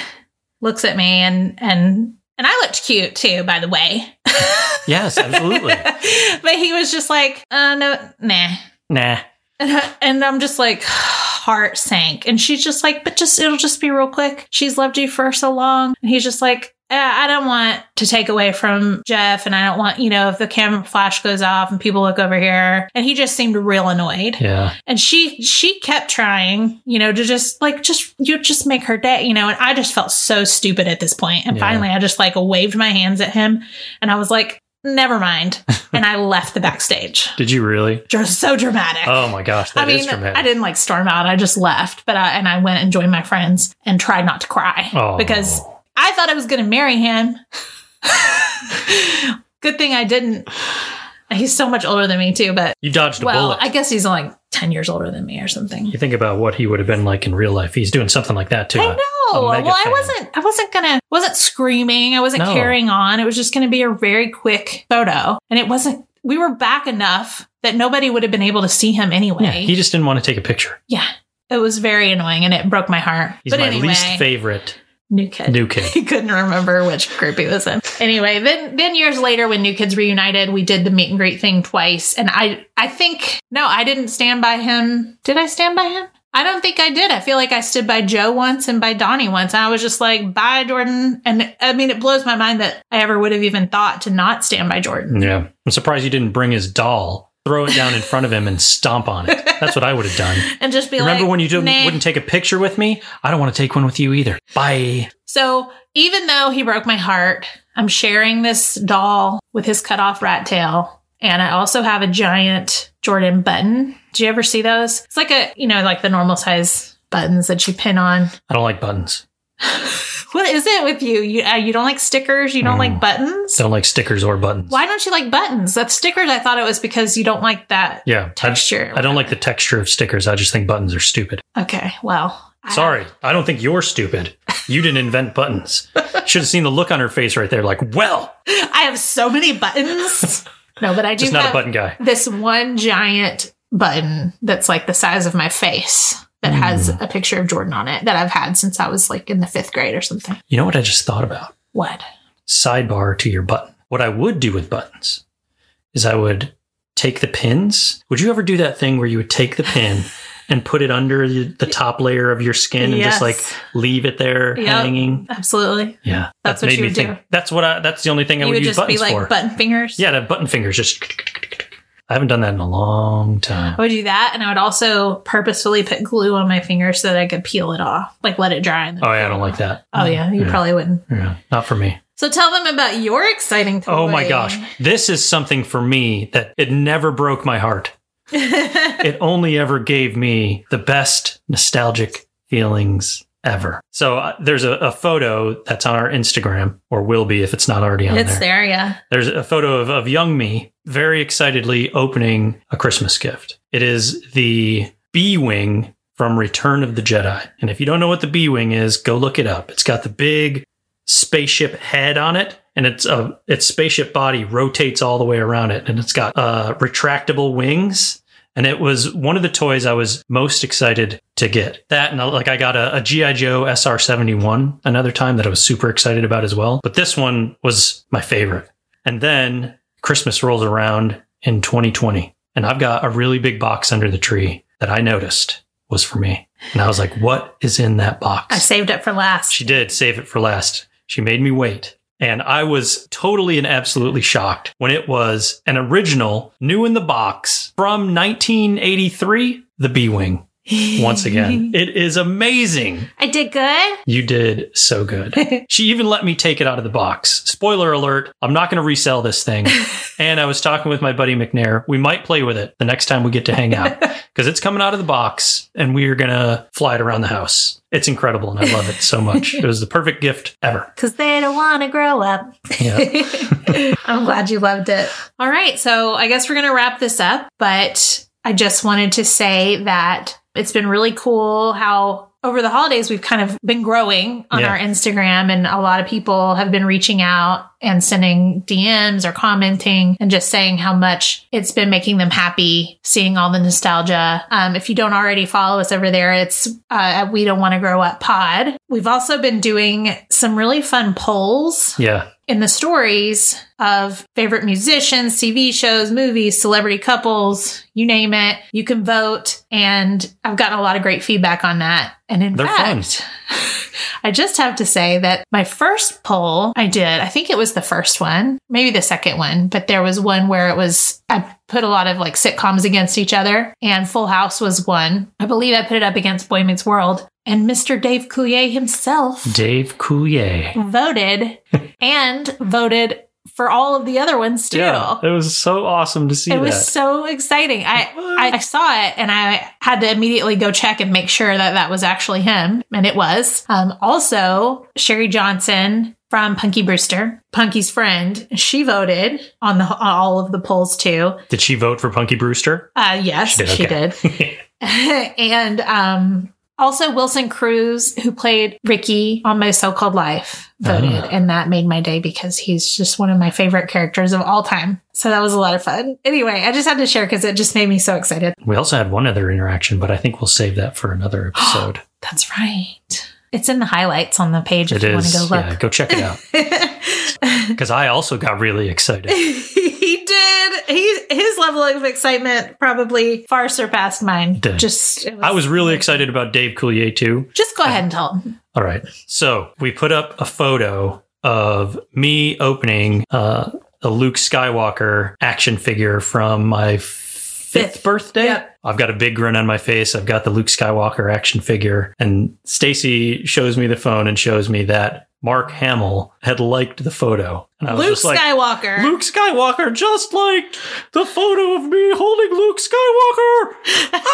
[SPEAKER 2] looks at me and, and, and I looked cute too, by the way.
[SPEAKER 1] Yes, absolutely.
[SPEAKER 2] but he was just like, uh, no, nah.
[SPEAKER 1] nah.
[SPEAKER 2] And, I, and I'm just like, heart sank. And she's just like, but just, it'll just be real quick. She's loved you for so long. And he's just like, "Eh, I don't want to take away from Jeff. And I don't want, you know, if the camera flash goes off and people look over here. And he just seemed real annoyed
[SPEAKER 1] Yeah.
[SPEAKER 2] and she she kept trying you know to just like just you just make her day you know and i just felt so stupid at this point and
[SPEAKER 1] Yeah.
[SPEAKER 2] finally i just like waved my hands at him and i was like never mind and i left the backstage
[SPEAKER 1] Did you really?
[SPEAKER 2] just so dramatic
[SPEAKER 1] Oh my gosh,
[SPEAKER 2] I
[SPEAKER 1] that is
[SPEAKER 2] mean,
[SPEAKER 1] dramatic.
[SPEAKER 2] I didn't like storm out. I just left, but I, and I went and joined my friends and tried not to cry
[SPEAKER 1] Oh.
[SPEAKER 2] because I thought I was going to marry him. Good thing I didn't. He's so much older than me too, but
[SPEAKER 1] you dodged a
[SPEAKER 2] well,
[SPEAKER 1] bullet.
[SPEAKER 2] I guess he's only like 10 years older than me or something.
[SPEAKER 1] you think about what he would have been like in real life. He's doing something like that too.
[SPEAKER 2] I know.
[SPEAKER 1] a
[SPEAKER 2] Well,
[SPEAKER 1] mega
[SPEAKER 2] I
[SPEAKER 1] fan.
[SPEAKER 2] wasn't I wasn't going to wasn't screaming. I wasn't
[SPEAKER 1] No.
[SPEAKER 2] carrying on. It was just going to be a very quick photo. And it wasn't we were back enough that nobody would have been able to see him anyway.
[SPEAKER 1] Yeah, he just didn't want to take a picture.
[SPEAKER 2] Yeah. It was very annoying and it broke my heart.
[SPEAKER 1] He's
[SPEAKER 2] but
[SPEAKER 1] my
[SPEAKER 2] anyway,
[SPEAKER 1] least favorite
[SPEAKER 2] new kid.
[SPEAKER 1] new kid.
[SPEAKER 2] he couldn't remember which group he was in. Anyway, then then years later when New Kids reunited, we did the meet and greet thing twice. And I I think no, I didn't stand by him. Did I stand by him? I don't think I did. I feel like I stood by Joe once and by Donnie once. And I was just like, bye, Jordan. And I mean, it blows my mind that I ever would have even thought to not stand by Jordan.
[SPEAKER 1] Yeah. I'm surprised you didn't bring his doll, throw it down in front of him, and stomp on it. That's what I would have done.
[SPEAKER 2] And just be like,
[SPEAKER 1] Remember when you didn't,
[SPEAKER 2] "Nah."
[SPEAKER 1] wouldn't take a picture with me? I don't want to take one with you either. Bye.
[SPEAKER 2] So even though he broke my heart, I'm sharing this doll with his cut off rat tail. And I also have a giant Jordan button. Do you ever see those? It's like a, you know, like the normal size buttons that you pin on.
[SPEAKER 1] I don't like buttons.
[SPEAKER 2] What is it with you? You, uh, you don't like stickers? You don't
[SPEAKER 1] Mm.
[SPEAKER 2] like buttons?
[SPEAKER 1] Don't like stickers or buttons.
[SPEAKER 2] Why don't you like buttons? That stickers, I thought it was because you don't like that
[SPEAKER 1] Yeah. I,
[SPEAKER 2] texture.
[SPEAKER 1] I don't like the texture of stickers. I just think buttons are stupid.
[SPEAKER 2] Okay, well. I-
[SPEAKER 1] Sorry, I don't think you're stupid. You didn't invent buttons. Should have seen the look on her face right there, like, well,
[SPEAKER 2] I have so many buttons. no, but I do
[SPEAKER 1] just not a
[SPEAKER 2] have-
[SPEAKER 1] button guy.
[SPEAKER 2] this one giant button that's like the size of my face that has
[SPEAKER 1] Mm.
[SPEAKER 2] a picture of Jordan on it that I've had since I was like in the fifth grade or something.
[SPEAKER 1] You know what I just thought about?
[SPEAKER 2] What?
[SPEAKER 1] Sidebar to your button. What I would do with buttons is I would take the pins. Would you ever do that thing where you would take the pin and put it under the the top layer of your skin and just
[SPEAKER 2] Yes.
[SPEAKER 1] like leave it there
[SPEAKER 2] Yep.
[SPEAKER 1] hanging?
[SPEAKER 2] Absolutely.
[SPEAKER 1] Yeah.
[SPEAKER 2] That's
[SPEAKER 1] that
[SPEAKER 2] what
[SPEAKER 1] made
[SPEAKER 2] you
[SPEAKER 1] me
[SPEAKER 2] would
[SPEAKER 1] think.
[SPEAKER 2] do.
[SPEAKER 1] That's what I that's the only thing I
[SPEAKER 2] You
[SPEAKER 1] would,
[SPEAKER 2] would
[SPEAKER 1] use
[SPEAKER 2] just be
[SPEAKER 1] buttons
[SPEAKER 2] like
[SPEAKER 1] for.
[SPEAKER 2] button fingers.
[SPEAKER 1] yeah, the button fingers just I haven't done that in a long time.
[SPEAKER 2] I would do that and I would also purposefully put glue on my fingers so that I could peel it off, like let it dry. And then
[SPEAKER 1] Oh yeah, I
[SPEAKER 2] peel it
[SPEAKER 1] don't like
[SPEAKER 2] off.
[SPEAKER 1] that.
[SPEAKER 2] Oh, yeah. You
[SPEAKER 1] Yeah.
[SPEAKER 2] probably wouldn't.
[SPEAKER 1] Yeah, not for me.
[SPEAKER 2] So tell them about your exciting toy.
[SPEAKER 1] Oh my gosh. This is something for me that it never broke my heart. it only ever gave me the best nostalgic feelings ever. So uh, there's a, a photo that's on our Instagram, or will be if it's not already on
[SPEAKER 2] It's there, yeah.
[SPEAKER 1] there's a photo of, of young me very excitedly opening a Christmas gift. It is the B Wing from Return of the Jedi. And if you don't know what the B Wing is, go look it up. It's got the big spaceship head on it, and it's a its spaceship body rotates all the way around it, and it's got uh, retractable wings. And it was one of the toys I was most excited to get. That and uh, like I got a, a GI Joe SR seventy one another time that I was super excited about as well. But this one was my favorite. And then Christmas rolls around in 2020, and I've got a really big box under the tree that I noticed was for me. And I was like, what is in that box?
[SPEAKER 2] I saved it for last.
[SPEAKER 1] She did save it for last. She made me wait. And I was totally and absolutely shocked when it was an original, new in the box from 1983, the B Wing. Once again, it is amazing.
[SPEAKER 2] I did good.
[SPEAKER 1] You did so good. she even let me take it out of the box. Spoiler alert, I'm not going to resell this thing. and I was talking with my buddy McNair. We might play with it the next time we get to hang out because it's coming out of the box and we are going to fly it around the house. It's incredible and I love it so much. it was the perfect gift ever.
[SPEAKER 2] Because they don't want to grow up.
[SPEAKER 1] Yeah.
[SPEAKER 2] I'm glad you loved it. All right. So I guess we're going to wrap this up, but I just wanted to say that it's been really cool how over the holidays we've kind of been growing on
[SPEAKER 1] Yeah.
[SPEAKER 2] our Instagram and a lot of people have been reaching out and sending DMs or commenting and just saying how much it's been making them happy seeing all the nostalgia. Um, if you don't already follow us over there, it's uh, at We Don't Want to Grow Up Pod. We've also been doing some really fun polls
[SPEAKER 1] Yeah.
[SPEAKER 2] in the stories of favorite musicians, TV shows, movies, celebrity couples, you name it. You can vote. And I've gotten a lot of great feedback on that. And in
[SPEAKER 1] They're fun.
[SPEAKER 2] fact, I just have to say that my first poll I did, I think it was the first one, maybe the second one, but there was one where it was, I put a lot of like sitcoms against each other, and Full House was one. I believe I put it up against Boy Meets World. And Mr. Dave Coulier himself
[SPEAKER 1] Dave Coulier.
[SPEAKER 2] voted and voted for all of the other ones too.
[SPEAKER 1] Yeah. It was so awesome to see
[SPEAKER 2] It
[SPEAKER 1] that.
[SPEAKER 2] was so exciting. I, I I saw it and I had to immediately go check and make sure that that was actually him, and it was. Um, also, Sherry Johnson from Punky Brewster, Punky's friend, she voted on the on all of the polls too.
[SPEAKER 1] Did she vote for Punky Brewster?
[SPEAKER 2] Uh, yes,
[SPEAKER 1] She did,
[SPEAKER 2] she
[SPEAKER 1] okay.
[SPEAKER 2] did. and um, also Wilson Cruz, who played Ricky on My So Called Life, voted.
[SPEAKER 1] Ah.
[SPEAKER 2] And that made my day because he's just one of my favorite characters of all time. So that was a lot of fun. Anyway, I just had to share because it just made me so excited.
[SPEAKER 1] We also had one other interaction, but I think we'll save that for another episode.
[SPEAKER 2] That's right. It's in the highlights on the page if
[SPEAKER 1] It
[SPEAKER 2] you want
[SPEAKER 1] is.
[SPEAKER 2] to go
[SPEAKER 1] Yeah,
[SPEAKER 2] look.
[SPEAKER 1] go check it out. Because I also got really excited.
[SPEAKER 2] he did. He his level of excitement probably far surpassed mine.
[SPEAKER 1] Did.
[SPEAKER 2] Just it
[SPEAKER 1] I was really excited about Dave Coulier too.
[SPEAKER 2] Just go ahead and tell him.
[SPEAKER 1] All right. So we put up a photo of me opening uh, a Luke Skywalker action figure from my fifth,
[SPEAKER 2] Fifth.
[SPEAKER 1] birthday.
[SPEAKER 2] Yep.
[SPEAKER 1] I've got a big grin on my face. I've got the Luke Skywalker action figure. And Stacy shows me the phone and shows me that Mark Hamill had liked the photo. And I was
[SPEAKER 2] Luke
[SPEAKER 1] just like,
[SPEAKER 2] Skywalker.
[SPEAKER 1] Luke Skywalker just liked the photo of me holding Luke Skywalker.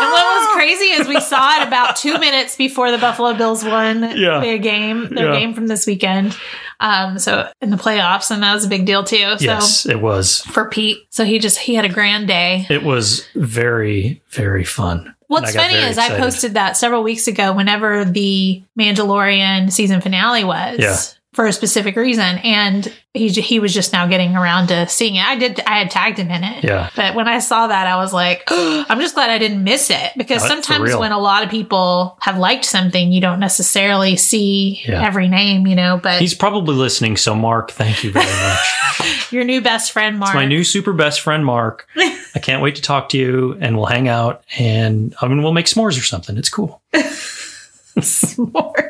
[SPEAKER 2] And what was crazy is we saw it about two minutes before the Buffalo Bills won
[SPEAKER 1] Yeah.
[SPEAKER 2] their game, their
[SPEAKER 1] Yeah.
[SPEAKER 2] game from this weekend. Um, so in the playoffs, and that was a big deal too. So
[SPEAKER 1] Yes, it was.
[SPEAKER 2] for Pete, so he just he had a grand day.
[SPEAKER 1] It was very, very fun.
[SPEAKER 2] What's
[SPEAKER 1] And I got
[SPEAKER 2] funny
[SPEAKER 1] very
[SPEAKER 2] is I
[SPEAKER 1] excited.
[SPEAKER 2] posted that several weeks ago. Whenever the Mandalorian season finale was.
[SPEAKER 1] Yeah.
[SPEAKER 2] For a specific reason, and he j- he was just now getting around to seeing it. I did. I had tagged him in it.
[SPEAKER 1] Yeah.
[SPEAKER 2] But when I saw that, I was like, I'm just glad I didn't miss it because
[SPEAKER 1] No, it's for
[SPEAKER 2] sometimes
[SPEAKER 1] real.
[SPEAKER 2] when a lot of people have liked something, you don't necessarily see
[SPEAKER 1] Yeah.
[SPEAKER 2] every name, you know. But
[SPEAKER 1] He's probably listening. So, Mark, thank you very much.
[SPEAKER 2] your new best friend, Mark,
[SPEAKER 1] It's my new super best friend, Mark. I can't wait to talk to you, and we'll hang out, and I mean, we'll make s'mores or something. It's cool.
[SPEAKER 2] s'mores.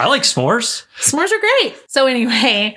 [SPEAKER 1] I like s'mores.
[SPEAKER 2] S'mores are great. So anyway,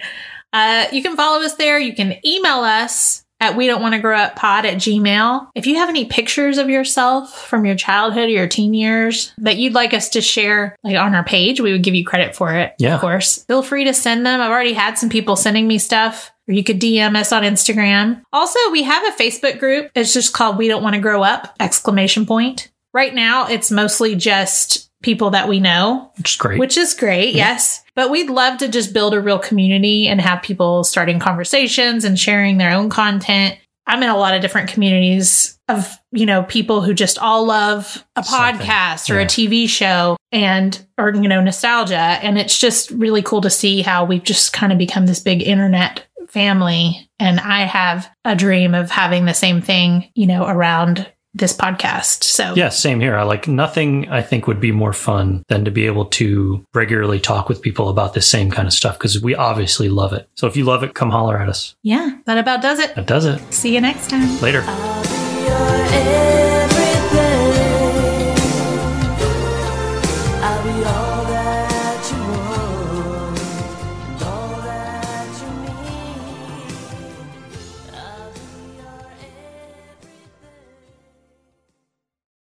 [SPEAKER 2] uh, you can follow us there. You can email us at we don't want to grow up pod at gmail. If you have any pictures of yourself from your childhood or your teen years that you'd like us to share like on our page, we would give you credit for it.
[SPEAKER 1] Yeah.
[SPEAKER 2] Of course. Feel free to send them. I've already had some people sending me stuff. Or you could DM us on Instagram. Also, we have a Facebook group. It's just called We Don't Want to Grow Up! Exclamation point. Right now, it's mostly just people that we know,
[SPEAKER 1] which is great. Mm-hmm.
[SPEAKER 2] which is great. Yes. But we'd love to just build a real community and have people starting conversations and sharing their own content. I'm in a lot of different communities of, you know, people who just all love a
[SPEAKER 1] Something.
[SPEAKER 2] podcast or
[SPEAKER 1] Yeah.
[SPEAKER 2] a TV show and, or, you know, nostalgia. And it's just really cool to see how we've just kind of become this big internet family. And I have a dream of having the same thing, you know, around this podcast. So,
[SPEAKER 1] yeah, same here. I like nothing I think would be more fun than to be able to regularly talk with people about this same kind of stuff because we obviously love it. So if you love it, come holler at us.
[SPEAKER 2] yeah, that about does it.
[SPEAKER 1] That does it.
[SPEAKER 2] See you next time.
[SPEAKER 1] Later.
[SPEAKER 8] Your